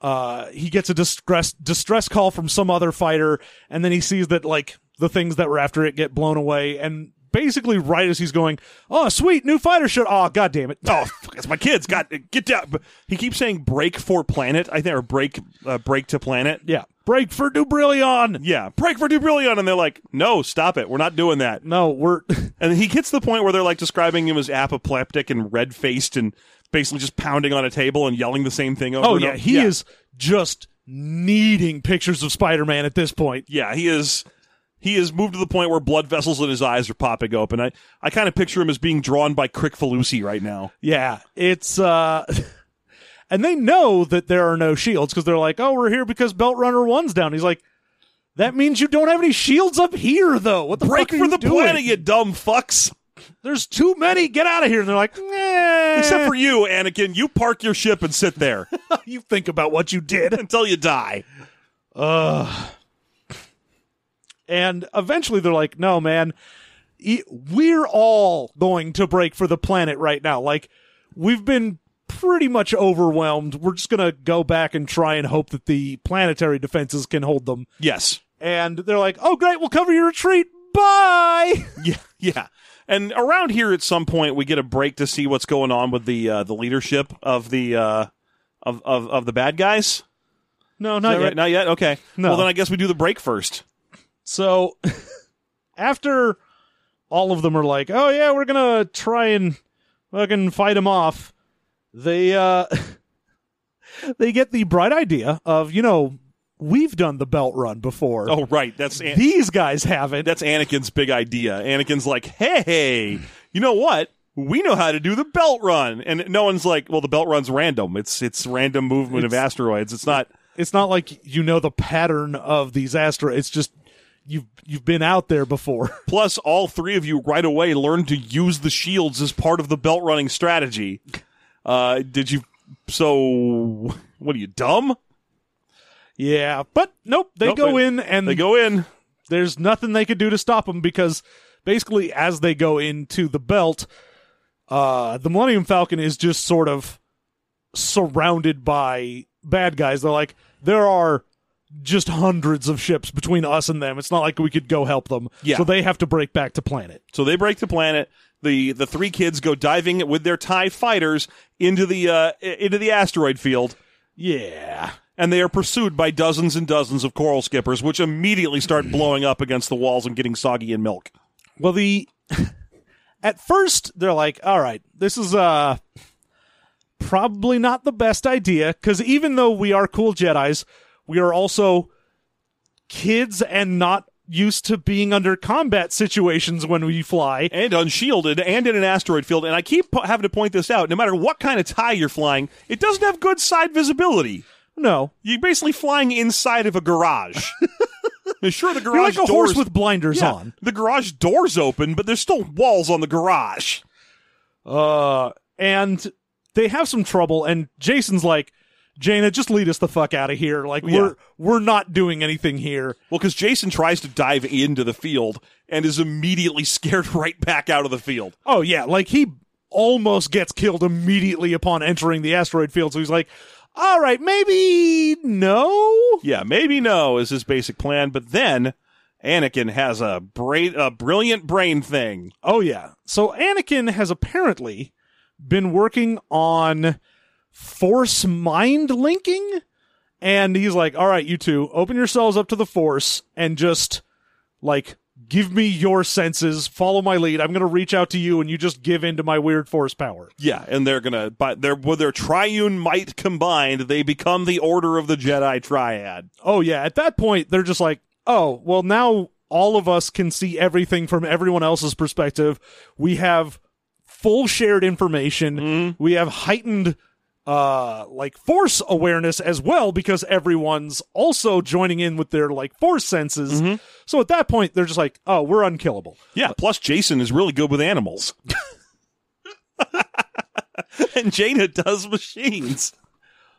C: uh, he gets a distress distress call from some other fighter, and then he sees that like the things that were after it get blown away, and basically right as he's going, oh sweet new fighter shot. Oh god damn it.
B: Oh, fuck, it's my kids. God, get down. But He keeps saying break for planet, I think, or break, uh, break to planet.
C: Yeah, break for Dubrillion.
B: Yeah, break for Dubrillion. And they're like, no, stop it. We're not doing that.
C: No, we're
B: And he gets to the point where they're like describing him as apoplectic and red faced and basically just pounding on a table and yelling the same thing over
C: oh
B: and
C: yeah,
B: over.
C: he is just needing pictures of Spider Man at this point.
B: Yeah, he is. He has moved to the point where blood vessels in his eyes are popping open. I, I kind of picture him as being drawn by Crick Falusi right now.
C: Yeah, it's uh and they know that there are no shields because they're like, "Oh, we're here because Belt Runner One's down." He's like, "That means you don't have any shields up here, though. What the
B: Break
C: fuck are
B: for
C: you
B: the
C: doing?
B: planet, you dumb fucks!
C: There's too many. Get out of here!" And they're like, nah.
B: Except for you, Anakin. You park your ship and sit there
C: you think about what you did."
B: until you die.
C: Ugh. And eventually, they're like, "No, man, e- we're all going to break for the planet right now. Like, we've been pretty much overwhelmed. We're just going to go back and try and hope that the planetary defenses can hold them.
B: Yes.
C: And they're like, oh, great, we'll cover your retreat. Bye.
B: Yeah, yeah. And around here, at some point, we get a break to see what's going on with the uh, the leadership of the uh, of, of of the bad guys. Is
C: No,
B: that
C: not yet.
B: right? Not yet. Okay.
C: No.
B: Well, then I guess we do the break first.
C: So after all of them are like, "Oh yeah, we're gonna try and fucking fight them off," they uh, they get the bright idea of you know we've done the belt run before.
B: Oh, right. That's An-
C: These guys haven't.
B: that's Anakin's big idea. Anakin's like, hey, you know what? We know how to do the belt run, and no one's like, well, the belt run's random. It's it's random movement of
C: It's-
B: asteroids. It's not.
C: It's not like you know the pattern of these asteroids. It's just you've you've been out there before.
B: Plus, all three of you right away learned to use the shields as part of the belt running strategy. Uh, did you? So, what are you dumb?
C: yeah, but nope. They
B: Nope,
C: go
B: they-
C: in and
B: They go in.
C: there's nothing they could do to stop them because basically as they go into the belt uh the millennium falcon is just sort of surrounded by bad guys they're like there are just hundreds of ships between us and them it's not like we could go help them
B: Yeah.
C: so they have to break back to planet
B: So they break the planet. the The three kids go diving with their Tie fighters into the uh, into the asteroid field,
C: yeah
B: and they are pursued by dozens and dozens of coral skippers, which immediately start blowing up against the walls and getting soggy in milk.
C: Well, the at first they're like, "All right, this is uh probably not the best idea because even though we are cool Jedi's, we are also kids and not used to being under combat situations when we fly."
B: and unshielded and in an asteroid field. And I keep po- having to point this out. No matter what kind of tie you're flying, it doesn't have good side visibility.
C: No,
B: You're basically flying inside of a garage. Now, sure, the garage
C: you're like a
B: doors,
C: horse with blinders
B: yeah,
C: on.
B: The garage doors open, but there's still walls on the garage.
C: Uh, and they have some trouble, and Jason's like. Jaina, just lead us the fuck out of here. Like
B: Yeah.
C: we're we're not doing anything here.
B: Well, because Jason tries to dive into the field and is immediately scared right back out of the field.
C: Oh yeah, like he almost gets killed immediately upon entering the asteroid field. So he's like, "All right, maybe no."
B: Yeah, maybe no is his basic plan, but then Anakin has a bra- a brilliant brain thing.
C: Oh yeah. So Anakin has apparently been working on force mind linking and he's like, "All right, you two, open yourselves up to the force and just like give me your senses, follow my lead. I'm going to reach out to you and you just give in to my weird force power."
B: Yeah, and they're gonna by their with their triune might combined, they become the Order of the Jedi Triad.
C: oh yeah at that point they're just like oh well now all of us can see everything from everyone else's perspective we have full shared information we have heightened uh like force awareness as well because everyone's also joining in with their like force senses so at that point they're just like oh we're unkillable
B: Yeah, plus Jason is really good with animals. and Jada does machines.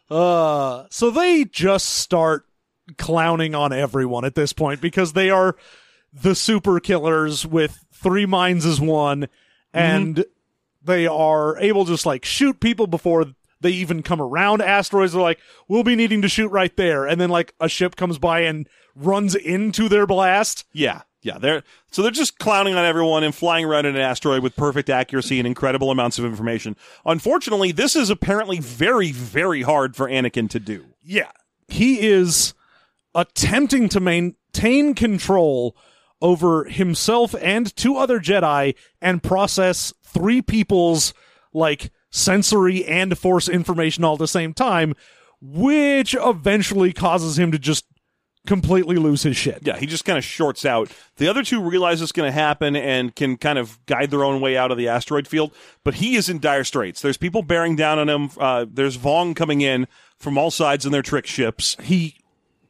C: Uh, so they just start clowning on everyone at this point because they are the super killers with three minds as one, and they are able to just like shoot people before they even come around asteroids. They're like, we'll be needing to shoot right there, and then like a ship comes by and runs into their blast.
B: Yeah, yeah. They're so they're just clowning on everyone and flying around in an asteroid with perfect accuracy and incredible amounts of information. Unfortunately, this is apparently very, very hard for Anakin to do.
C: Yeah. He is attempting to maintain control over himself and two other Jedi and process three people's like sensory and force information all at the same time, which eventually causes him to just completely lose his shit.
B: Yeah, he just kind of shorts out. The other two realize it's going to happen and can kind of guide their own way out of the asteroid field, but he is in dire straits. There's people bearing down on him. Uh, there's Vong coming in from all sides in their trick ships.
C: He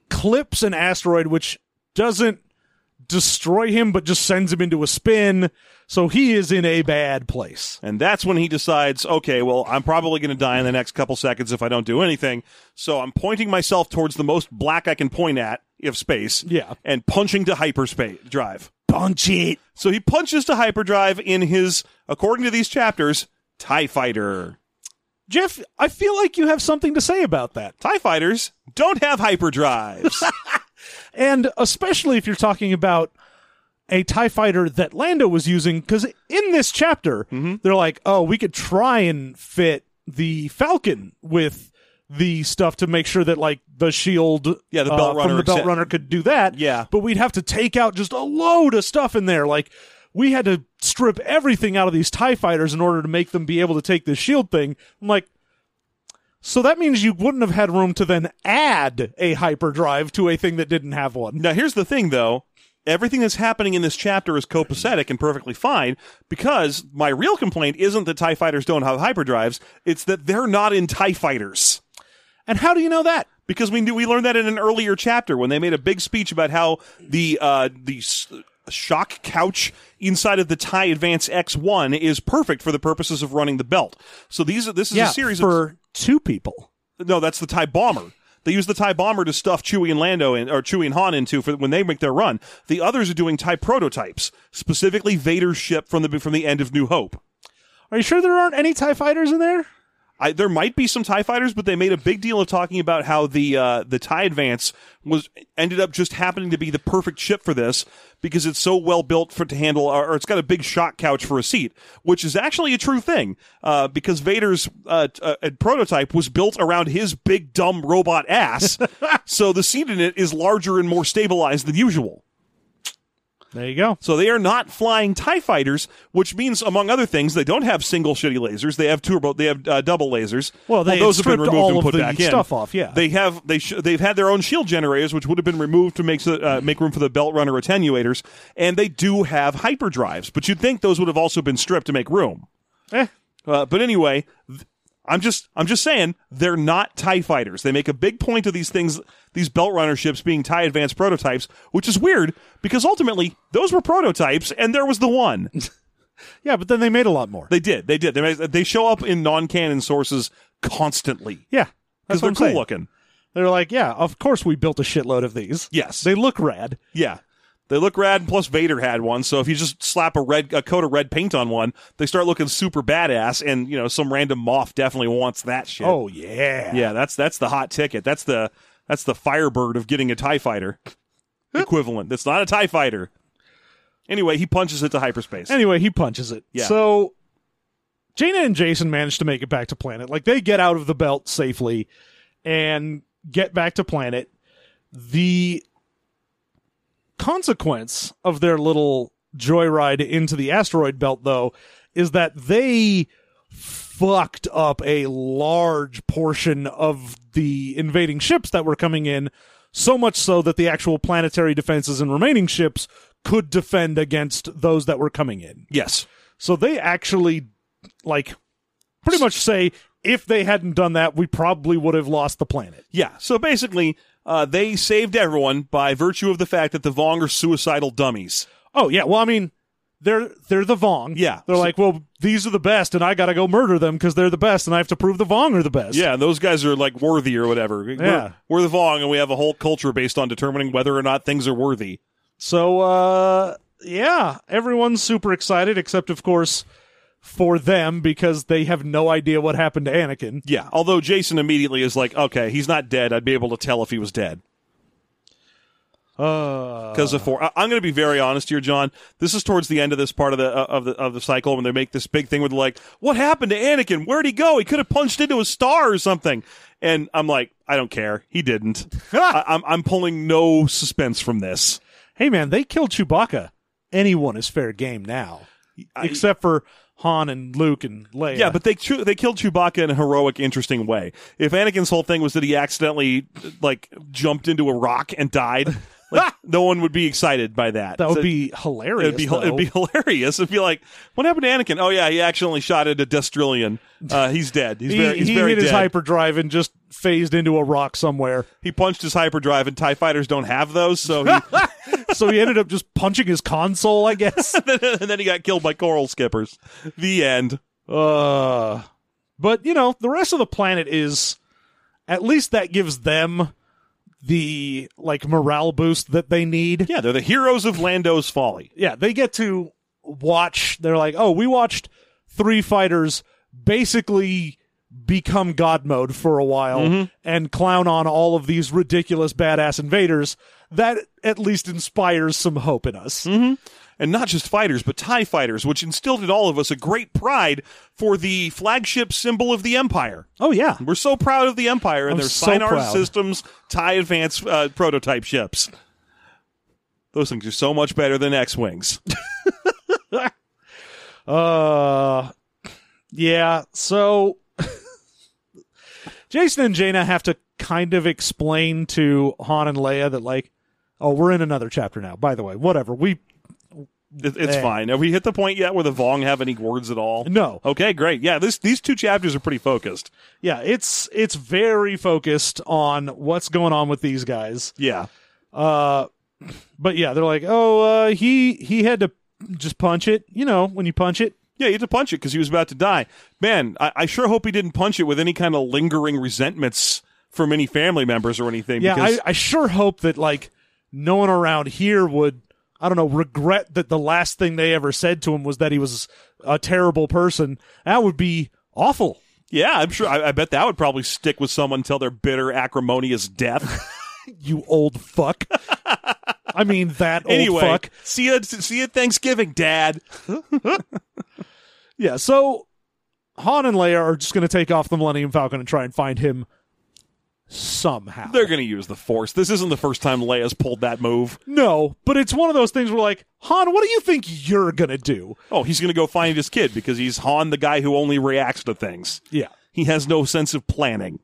C: clips an asteroid which doesn't destroy him but just sends him into a spin, so he is in a bad place.
B: And that's when he decides, okay, well, I'm probably going to die in the next couple seconds if I don't do anything. So I'm pointing myself towards the most black I can point at, if space.
C: Yeah.
B: And punching to hyperspace drive.
C: Punch it.
B: So he punches to hyperdrive in his, according to these chapters, TIE fighter.
C: Jeff, I feel like you have something to say about that.
B: TIE fighters don't have hyperdrives.
C: And especially if you're talking about a TIE fighter that Lando was using, because in this chapter,
B: Mm-hmm.
C: they're like, oh, we could try and fit the Falcon with the stuff to make sure that like the shield
B: Yeah, the
C: uh,
B: Belt
C: from
B: Runner
C: the belt
B: accept-
C: runner could do that
B: Yeah.
C: but we'd have to take out just a load of stuff in there like we had to strip everything out of these tie fighters in order to make them be able to take this shield thing i'm like so that means you wouldn't have had room to then add a hyperdrive to a thing that didn't have one
B: Now, here's the thing, though. Everything that's happening in this chapter is copacetic and perfectly fine because my real complaint isn't that TIE fighters don't have hyperdrives, it's that they're not in TIE fighters.
C: and how do you know that
B: Because we knew, we learned that in an earlier chapter when they made a big speech about how the uh, the s- shock couch inside of the TIE Advance X1 is perfect for the purposes of running the belt. So these are, this is a series of
C: for two people
B: No, that's the Tie Bomber. They use the Tie Bomber to stuff Chewie and Lando in, or Chewie and Han into for when they make their run. The others are doing Tie prototypes, specifically Vader's ship from the from the end of New Hope.
C: are you sure there aren't any tie fighters in there
B: I, there might be some Tie fighters, but they made a big deal of talking about how the uh, the Tie Advance was ended up just happening to be the perfect ship for this because it's so well built for to handle, or, or it's got a big shock couch for a seat, which is actually a true thing uh, because Vader's uh, t- uh, prototype was built around his big dumb robot ass, so the seat in it is larger and more stabilized than usual.
C: there you go
B: So they are not flying Tie fighters, which means, among other things, they don't have single shitty lasers. They have turbo. They have uh, double lasers.
C: Well, they
B: those have been
C: stripped
B: removed
C: all
B: and
C: of
B: put
C: the
B: back
C: stuff
B: in.
C: off, yeah.
B: they have. They sh- they've had their own shield generators, which would have been removed to make so- uh, make room for the belt runner attenuators. And they do have hyperdrives, but you'd think those would have also been stripped to make room.
C: Eh.
B: Uh, but anyway, th- I'm just I'm just saying they're not Tie fighters. They make a big point of these things, these Belt Runner ships being Tie advanced prototypes, which is weird because ultimately those were prototypes, and there was the one.
C: yeah but then they made a lot more
B: they did, they did. They made, they show up in non canon sources constantly
C: yeah that's what
B: because they're
C: I'm
B: cool
C: saying.
B: looking.
C: They're like, yeah, of course we built a shitload of these.
B: Yes.
C: They look rad.
B: Yeah. They look rad, and plus Vader had one. So if you just slap a red a coat of red paint on one, they start looking super badass. And you know, some random moth definitely wants that shit.
C: Oh yeah.
B: Yeah, that's that's the hot ticket. That's the that's the firebird of getting a tie fighter equivalent. That's not a tie fighter. Anyway, he punches it to hyperspace.
C: Anyway, he punches it.
B: Yeah.
C: So Jaina and Jason manage to make it back to planet. Like they get out of the belt safely and get back to planet. The consequence of their little joyride into the asteroid belt though is that they fucked up a large portion of the invading ships that were coming in, so much so that the actual planetary defenses and remaining ships could defend against those that were coming in.
B: yes.
C: So they actually, like, pretty much say if they hadn't done that, we probably would have lost the planet.
B: Yeah. So basically, uh, they saved everyone by virtue of the fact that the Vong are suicidal dummies.
C: Oh yeah, well I mean, they're they're the Vong.
B: Yeah.
C: they're
B: So-
C: like, well, these are the best, and I got to go murder them because they're the best, and I have to prove the Vong are the best.
B: Yeah, those guys are like worthy or whatever. We're-
C: Yeah.
B: We're, the Vong, and we have a whole culture based on determining whether or not things are worthy.
C: So uh yeah, everyone's super excited except of course for them because they have no idea what happened to Anakin.
B: Yeah. Although Jason immediately is like, okay, he's not dead. I'd be able to tell if he was dead.
C: Uh
B: because of four. I, I'm going to be very honest here, John. This is towards the end of this part of the uh, of the of the cycle when they make this big thing with like, what happened to Anakin? Where'd he go? He could have punched into a star or something. And I'm like, I don't care. He didn't. I, I'm I'm pulling no suspense from this.
C: hey man, they killed Chewbacca. Anyone is fair game now.
B: I-
C: except for Han and Luke and Leia.
B: Yeah, but they chu- they killed Chewbacca in a heroic, interesting way. If Anakin's whole thing was that he accidentally like jumped into a rock and died, like, no one would be excited by that.
C: that would
B: So-
C: be hilarious.
B: It'd be it'd be
C: though.
B: hilarious. It'd be like, what happened to Anakin? Oh yeah, he accidentally shot at a Destrillion. Uh, he's dead. He's
C: he,
B: very, he's
C: he
B: very
C: hit
B: dead.
C: his hyperdrive and just phased into a rock somewhere.
B: he punched his hyperdrive, and Tie fighters don't have those. So, he,
C: so he ended up just punching his console, I guess.
B: and then he got killed by coral skippers. The end.
C: Uh, but you know, the rest of the planet is at least that gives them the like morale boost that they need.
B: Yeah, they're the heroes of Lando's folly.
C: Yeah, they get to watch. They're like, oh, we watched three fighters basically become god mode for a while and clown on all of these ridiculous badass invaders, that at least inspires some hope in us.
B: and not just fighters, but TIE fighters, which instilled in all of us a great pride for the flagship symbol of the Empire.
C: Oh yeah.
B: We're so proud of the Empire and
C: I'm
B: their
C: so
B: Sinar
C: proud.
B: systems, TIE advanced uh, prototype ships. Those things are so much better than X Wings.
C: Uh yeah, so Jason and Jaina have to kind of explain to Han and Leia that like oh, we're in another chapter now. By the way, whatever. We
B: It, it's
C: Eh.
B: fine. Have we hit the point yet where the Vong have any words at all?
C: no.
B: Okay, great. Yeah, this these two chapters are pretty focused.
C: Yeah, it's it's very focused on what's going on with these guys.
B: Yeah.
C: Uh but yeah, they're like, "Oh, uh he he had to just punch it, you know, when you punch it."
B: Yeah, he had to punch it because he was about to die. Man, I, I sure hope he didn't punch it with any kind of lingering resentments from any family members or anything.
C: Yeah,
B: because
C: I, I sure hope that like no one around here would I don't know regret that the last thing they ever said to him was that he was a terrible person. That would be awful.
B: Yeah, I'm sure. I, I bet that would probably stick with someone until their bitter, acrimonious death.
C: You old fuck. I mean that old
B: anyway,
C: fuck.
B: see you see you at Thanksgiving, Dad.
C: Yeah. So Han and Leia are just going to take off the Millennium Falcon and try and find him somehow.
B: They're gonna use the Force. This isn't the first time Leia's pulled that move.
C: no, but it's one of those things where like Han, what do you think you're going to do?
B: Oh, he's gonna go find his kid because he's Han, the guy who only reacts to things.
C: Yeah.
B: He has no sense of planning.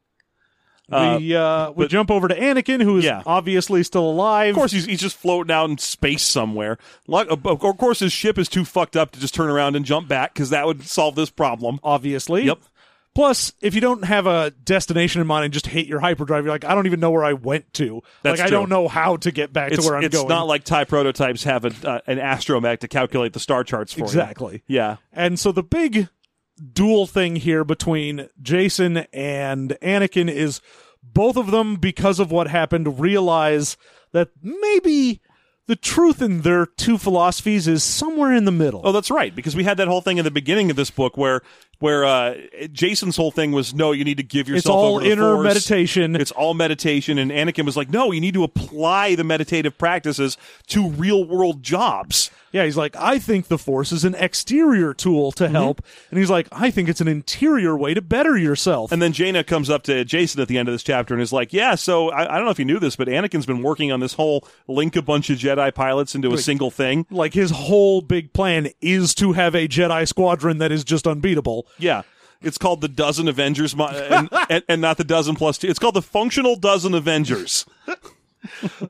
C: we uh, we jump over to Anakin, who is
B: Yeah.
C: obviously still alive.
B: Of course, he's, he's just floating out in space somewhere. Like, of of course, his ship is too fucked up to just turn around and jump back because that would solve this problem.
C: obviously.
B: Yep.
C: Plus, if you don't have a destination in mind and just hate your hyperdrive, you're like, I don't even know where I went to.
B: That's
C: like, I
B: true.
C: don't know how to get back
B: It's,
C: to where I'm
B: it's
C: going.
B: not like Thai prototypes have a, uh, an astromech to calculate the star charts for you.
C: exactly.
B: Yeah.
C: And so the big dual thing here between Jason and Anakin is both of them, because of what happened, realize that maybe the truth in their two philosophies is somewhere in the middle.
B: Oh, that's right. Because we had that whole thing in the beginning of this book where where uh, Jason's whole thing was no, you need to give yourself
C: it's all
B: over to the
C: inner
B: Force.
C: meditation.
B: It's all meditation, and Anakin was like, no, you need to apply the meditative practices to real world jobs.
C: Yeah, he's like, I think the force is an exterior tool
B: Mm-hmm.
C: to help. And he's like, I think it's an interior way to better yourself.
B: And then Jaina comes up to Jason at the end of this chapter and is like, yeah, so I, I don't know if you knew this, but Anakin's been working on this whole link a bunch of Jedi pilots into a single thing.
C: like his whole big plan is to have a Jedi squadron that is just unbeatable.
B: Yeah. It's called the Dozen Avengers, mo- and, and, and not the Dozen Plus Two. It's called the Functional Dozen Avengers.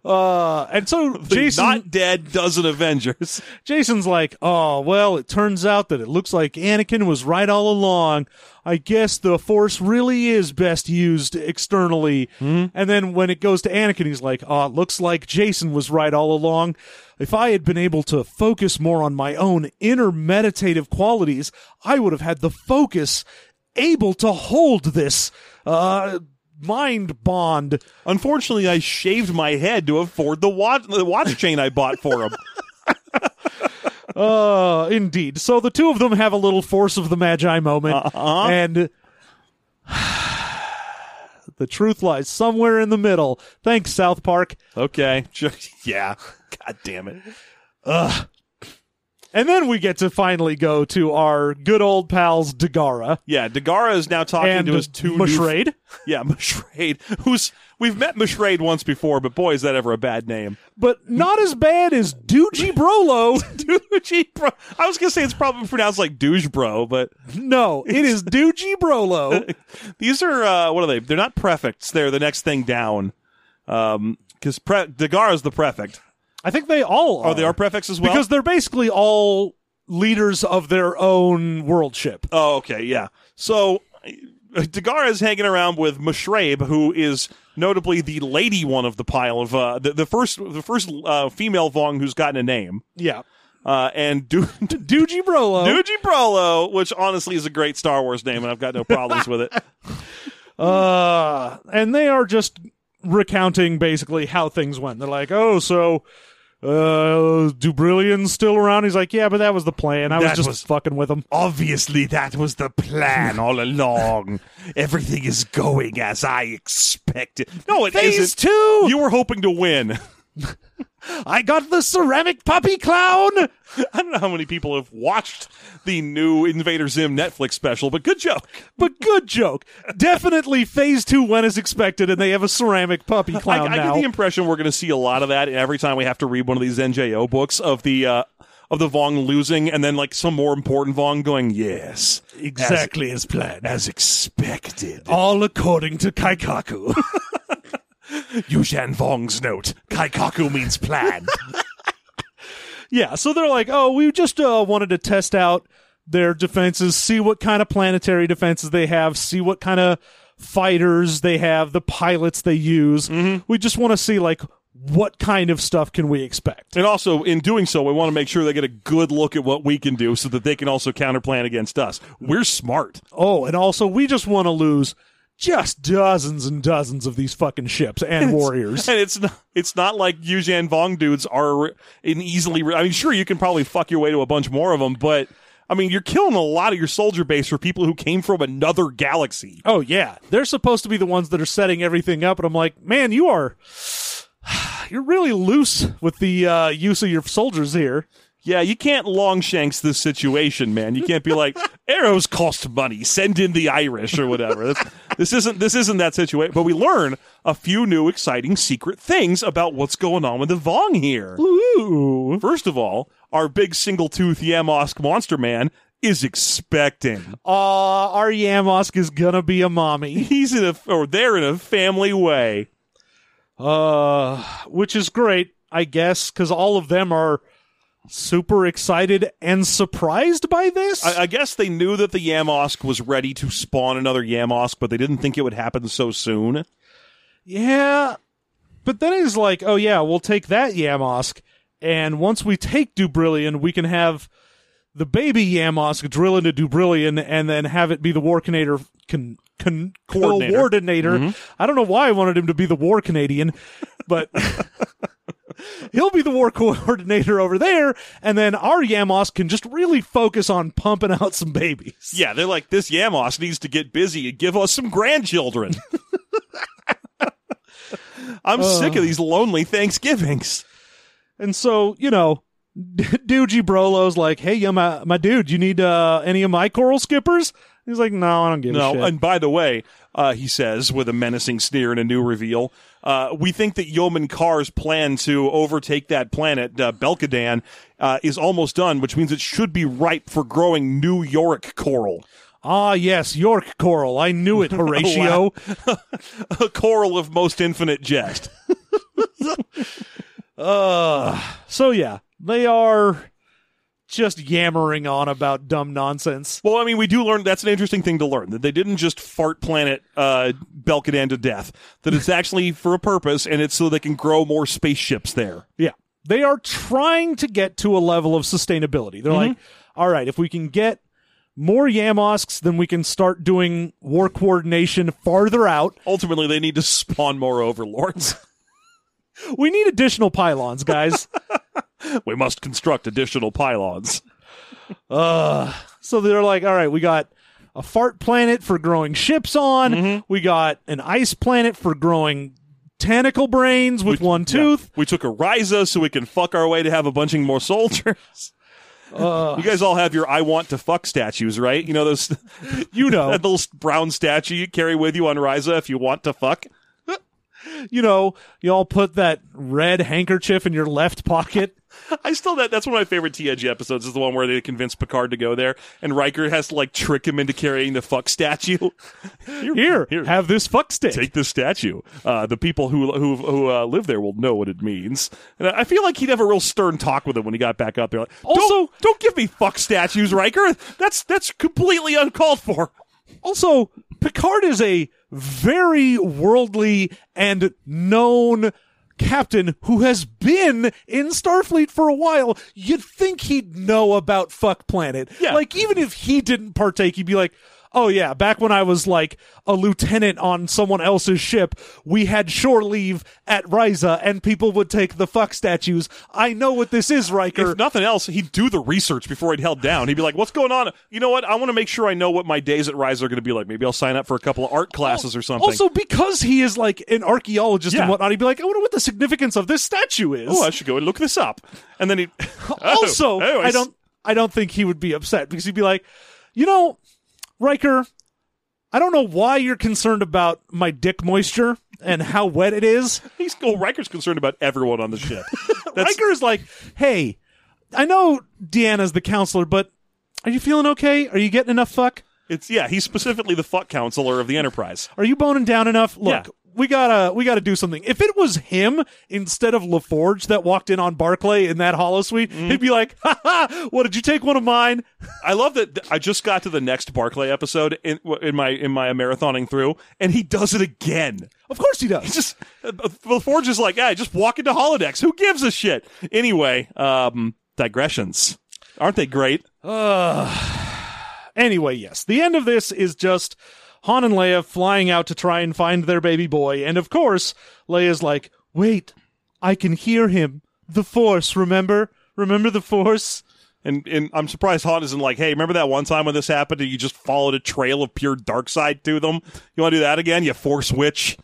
C: Uh, and so
B: The
C: Jason,
B: not dead Dozen Avengers.
C: Jason's like, oh well, it turns out that it looks like Anakin was right all along. I guess the force really is best used externally. And then when it goes to Anakin, he's like, oh, it looks like Jason was right all along. If I had been able to focus more on my own inner meditative qualities, I would have had the focus able to hold this uh mind bond.
B: Unfortunately, I shaved my head to afford the watch, the watch chain I bought for him.
C: Uh, indeed. So the two of them have a little force of the Magi moment,
B: Uh-huh.
C: and the truth lies somewhere in the middle. Thanks, South Park.
B: okay. Sure. Yeah. God damn it.
C: And then we get to finally go to our good old pals Dagara
B: Yeah. Dagara is now talking
C: and
B: to his two new
C: Mashrade.
B: Yeah, Mashrade. Who's we've met Mashrade once before, but boy, is that ever a bad name.
C: but not as bad as Doogie Brolo.
B: Dougie bro. I was gonna say it's probably pronounced like douche bro, but
C: no, it is Doogie Brolo.
B: these are uh, what are they? They're not prefects. They're the next thing down. Um, because pre- Dagara is the prefect.
C: I think they all are.
B: Oh, they are prefects as well.
C: because they're basically all leaders of their own world ship.
B: oh, okay, yeah. So uh, Dagara is hanging around with Mashrabe, who is notably the lady one of the pile of uh, the, the first the first uh, female Vong who's gotten a name.
C: Yeah.
B: Uh, and do
C: Doogie Brolo.
B: Nuji Brolo, which honestly is a great Star Wars name, and I've got no problems with it.
C: Uh, and they are just recounting basically how things went. They're like, oh, so uh, Dubrillion's still around. He's like, yeah, but that was the plan. I was
B: That
C: just
B: was-
C: fucking with him.
B: Obviously, that was the plan all along. Everything is going as I expected. No, it
C: Phase
B: isn't.
C: two.
B: You were hoping to win.
C: I got the ceramic puppy clown.
B: I don't know how many people have watched the new Invader Zim Netflix special, but good joke.
C: But good joke. Definitely phase two went as expected, and they have a ceramic puppy
B: I,
C: clown
B: I
C: now.
B: get the impression we're going to see a lot of that every time we have to read one of these NJO books of the uh, of the Vong losing, and then like some more important Vong going, yes,
C: as, planned.
B: as, as expected.
C: all according to Kaikaku.
B: Yushan Vong's note: Kaikaku means plan.
C: yeah, so they're like, oh, we just uh, wanted to test out their defenses, see what kind of planetary defenses they have, see what kind of fighters they have, the pilots they use.
B: Mm-hmm.
C: We just want to see, like, what kind of stuff can we expect?
B: And also, in doing so, we want to make sure they get a good look at what we can do so that they can also counterplan against us. We're smart.
C: Oh, and also, we just want to lose just dozens and dozens of these fucking ships and warriors.
B: And it's not, it's not like Yuzhan Vong dudes are an easily. I mean, sure, you can probably fuck your way to a bunch more of them, but I mean, you're killing a lot of your soldier base for people who came from another galaxy.
C: Oh yeah, they're supposed to be the ones that are setting everything up, and I'm like, man, you are, you're really loose with the uh, use of your soldiers here.
B: Yeah, you can't longshanks this situation, man. You can't be like arrows cost money. Send in the Irish or whatever. This, this isn't this isn't that situation. But we learn a few new exciting secret things about what's going on with the Vong here.
C: Ooh,
B: First of all, our big single tooth Yamosk monster man is expecting.
C: uh, our Yamosk is gonna be a mommy,
B: He's in a or they're in a family way.
C: uh, which is great, I guess, because all of them are super excited and surprised by this.
B: I, I guess they knew that the Yamosk was ready to spawn another Yamosk, but they didn't think it would happen so soon.
C: yeah, but then he's like, oh yeah, we'll take that Yamosk, and once we take Dubrillion, we can have. the baby Yamosk drill into Dubrillion and then have it be the War Canator con, con,
B: Coordinator.
C: coordinator. Mm-hmm. I don't know why I wanted him to be the War Canadian, but he'll be the War Coordinator over there, and then our Yamosk can just really focus on pumping out some babies.
B: Yeah, they're like, this Yamos needs to get busy and give us some grandchildren. I'm sick of these lonely Thanksgivings.
C: And so, you know, Doogie Brolo's like, hey, yeah, my, my dude, you need uh, any of my coral skippers? He's like, no, I don't give a
B: No,
C: shit.
B: and by the way, uh, he says with a menacing sneer and a new reveal, uh, we think that Yeoman Carr's plan to overtake that planet, uh, Belkadan, uh, is almost done, which means it should be ripe for growing new Yorick coral.
C: ah, yes, York coral. I knew it, Horatio.
B: A coral of most infinite jest.
C: So yeah, they are just yammering on about dumb nonsense.
B: Well, I mean, we do learn that's an interesting thing to learn that they didn't just fart planet uh, Belkadan to death. That it's actually for a purpose, and it's so they can grow more spaceships there.
C: Yeah. They are trying to get to a level of sustainability.
B: Mm-hmm.
C: They're like, all right, if we can get more Yamosks, then we can start doing war coordination farther out.
B: Ultimately, they need to spawn more overlords.
C: We need additional pylons, guys.
B: we must construct additional pylons.
C: Ugh. So they're like, all right, we got a fart planet for growing ships on. We got an ice planet for growing tentacle brains with one tooth.
B: We took a Ryza so we can fuck our way to have a bunching more soldiers. you guys all have your "I want to fuck" statues, right? You know those
C: You know,
B: that little brown statue you carry with you on Ryza if you want to fuck.
C: you know, you all put that red handkerchief in your left pocket.
B: I still that that's one of my favorite TNG episodes is the one where they convince Picard to go there and Riker has to like trick him into carrying the fuck statue.
C: Here, have this fuck stick.
B: take this statue. Uh, the people who who who uh, live there will know what it means. And I I feel like he'd have a real stern talk with him when he got back up there. Like, also,
C: Also-
B: don't, don't give me fuck statues, Riker. That's that's completely uncalled for.
C: also, Picard is a very worldly and known captain who has been in Starfleet for a while. You'd think he'd know about fuck planet.
B: Yeah.
C: Like even if he didn't partake, he'd be like, Oh yeah, back when I was like a lieutenant on someone else's ship, we had shore leave at Riza, and people would take the fuck statues. I know what this is, Riker.
B: If nothing else, he'd do the research before he'd held down. He'd be like, "What's going on? You know what? I want to make sure I know what my days at Rise are going to be like. Maybe I'll sign up for a couple of art classes or something."
C: also, because he is like an archaeologist
B: Yeah.
C: and whatnot, he'd be like, I wonder what the significance of this statue is.
B: oh, I should go and look this up. And then he
C: also,
B: oh,
C: I don't I don't think he would be upset because he'd be like, you know, Riker, I don't know why you're concerned about my dick moisture and how wet it is.
B: He's well, Riker's concerned about everyone on the ship. That's
C: Riker is like, hey, I know Deanna's the counselor, but are you feeling okay? Are you getting enough fuck?
B: it's yeah. He's specifically the fuck counselor of the Enterprise.
C: Are you boning down enough? Look,
B: Yeah.
C: we gotta we gotta do something. If it was him instead of LaForge that walked in on Barclay in that hollow suite, he'd be like, ha ha, what did you take one of mine?
B: I love that th- I just got to the next Barclay episode in, in my in my marathoning through, and he does it again.
C: Of course he does.
B: Just uh, the Forge is like, yeah, just walk into holodecks. Who gives a shit? Anyway, um, digressions aren't they great?
C: Anyway, yes, the end of this is just Han and Leia flying out to try and find their baby boy, and of course, Leia's like, "Wait, I can hear him. The Force, remember? Remember the Force?"
B: And and I'm surprised Han isn't like, hey, remember that one time when this happened and you just followed a trail of pure dark side to them? You want to do that again? You force witch.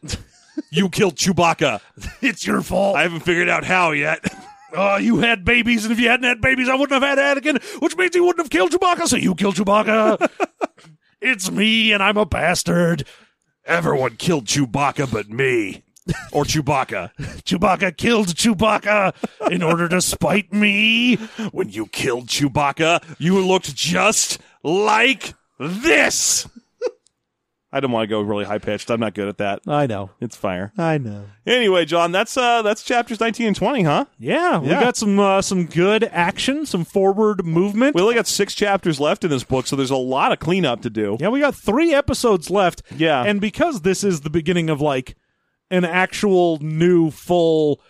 B: you killed Chewbacca.
C: It's your fault.
B: I haven't figured out how yet.
C: oh, you had babies, and if you hadn't had babies, I wouldn't have had Anakin, which means he wouldn't have killed Chewbacca. So you killed Chewbacca. it's me, and I'm a bastard.
B: Everyone killed Chewbacca but me. Or Chewbacca.
C: Chewbacca killed Chewbacca in order to spite me.
B: When you killed Chewbacca, you looked just like this. I didn't want to go really high pitched. I'm not good at that.
C: I know.
B: It's fire.
C: I know.
B: Anyway, John, that's uh that's chapters 19 and 20, huh?
C: Yeah, we
B: Yeah.
C: got some uh, some good action, some forward movement.
B: We only got 6 chapters left in this book, so there's a lot of cleanup to do.
C: yeah, we got three episodes left.
B: Yeah.
C: and because this is the beginning of like an actual new full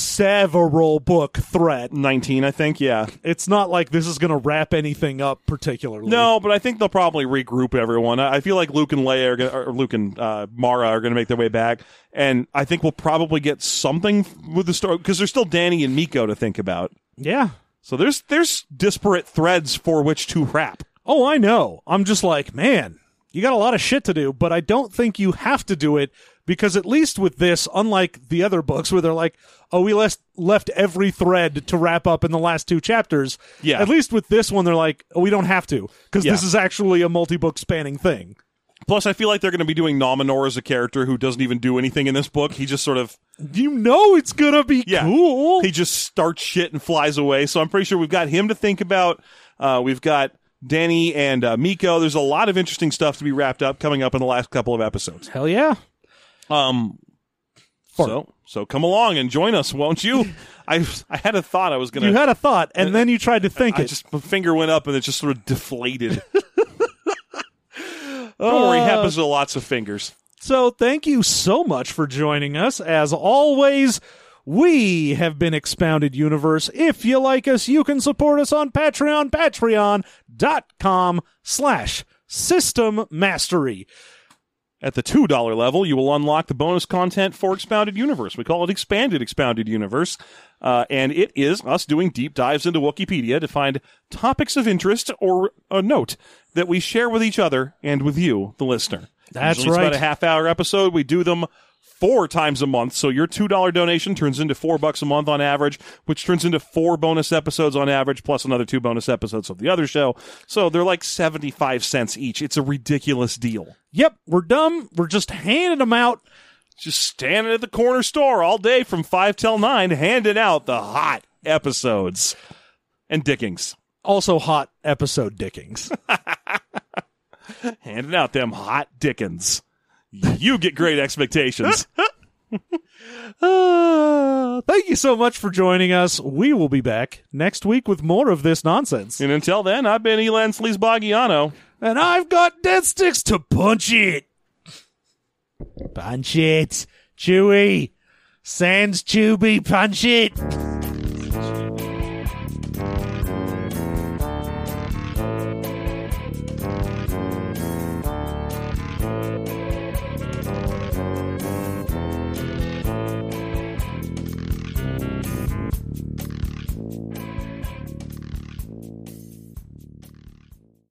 C: several book threat,
B: 19, I think, yeah.
C: it's not like this is going to wrap anything up particularly.
B: No, but I think they'll probably regroup everyone. I I feel like Luke and Leia are gonna, or Luke and uh, Mara are going to make their way back, and I think we'll probably get something with the story because there's still Danny and Miko to think about.
C: yeah.
B: So there's there's disparate threads for which to wrap.
C: Oh, I know. I'm just like, man, you got a lot of shit to do, but I don't think you have to do it because at least with this, unlike the other books where they're like, oh, we left left every thread to wrap up in the last two chapters.
B: Yeah.
C: At least with this one, they're like, oh, we don't have to because
B: Yeah.
C: this is actually a multi book spanning thing.
B: Plus, I feel like they're going to be doing Nominor as a character who doesn't even do anything in this book. He just sort of
C: You know it's gonna be
B: Yeah.
C: cool.
B: he just starts shit and flies away. So I'm pretty sure we've got him to think about. Uh, we've got Danny and uh, Miko. There's a lot of interesting stuff to be wrapped up coming up in the last couple of episodes.
C: Hell yeah.
B: Um,
C: Fart.
B: so so come along and join us, won't you? I I had a thought I was gonna.
C: You had a thought and then you tried to think
B: Uh, I
C: it.
B: just my finger went up and it just sort of deflated. Don't worry, it happens
C: Uh,
B: to lots of fingers.
C: So, thank you so much for joining us. As always, we have been Expounded Universe. If you like us, you can support us on Patreon, patreon.com slash system mastery.
B: At the two dollar level, you will unlock the bonus content for Expounded Universe. We call it Expanded Expounded Universe, uh, and it is us doing deep dives into Wikipedia to find topics of interest or a note that we share with each other and with you, the listener.
C: That's
B: Usually It's
C: right.
B: about a half hour episode. We do them four times a month, so your two dollar donation turns into four bucks a month on average, which turns into four bonus episodes on average, plus another two bonus episodes of the other show. So they're like seventy five cents each. It's a ridiculous deal
C: Yep, we're dumb. We're just handing them out.
B: just standing at the corner store all day from 5 till 9 handing out the hot episodes and dickings
C: Also, hot episode dickings.
B: handing out them hot dickens you get great expectations
C: Uh, thank you so much for joining us. We will be back next week with more of this nonsense.
B: and until then i've been elan sleazebogiano
C: And I've got dead sticks to punch it. Punch it. Chewy. Sans Chewby, punch it.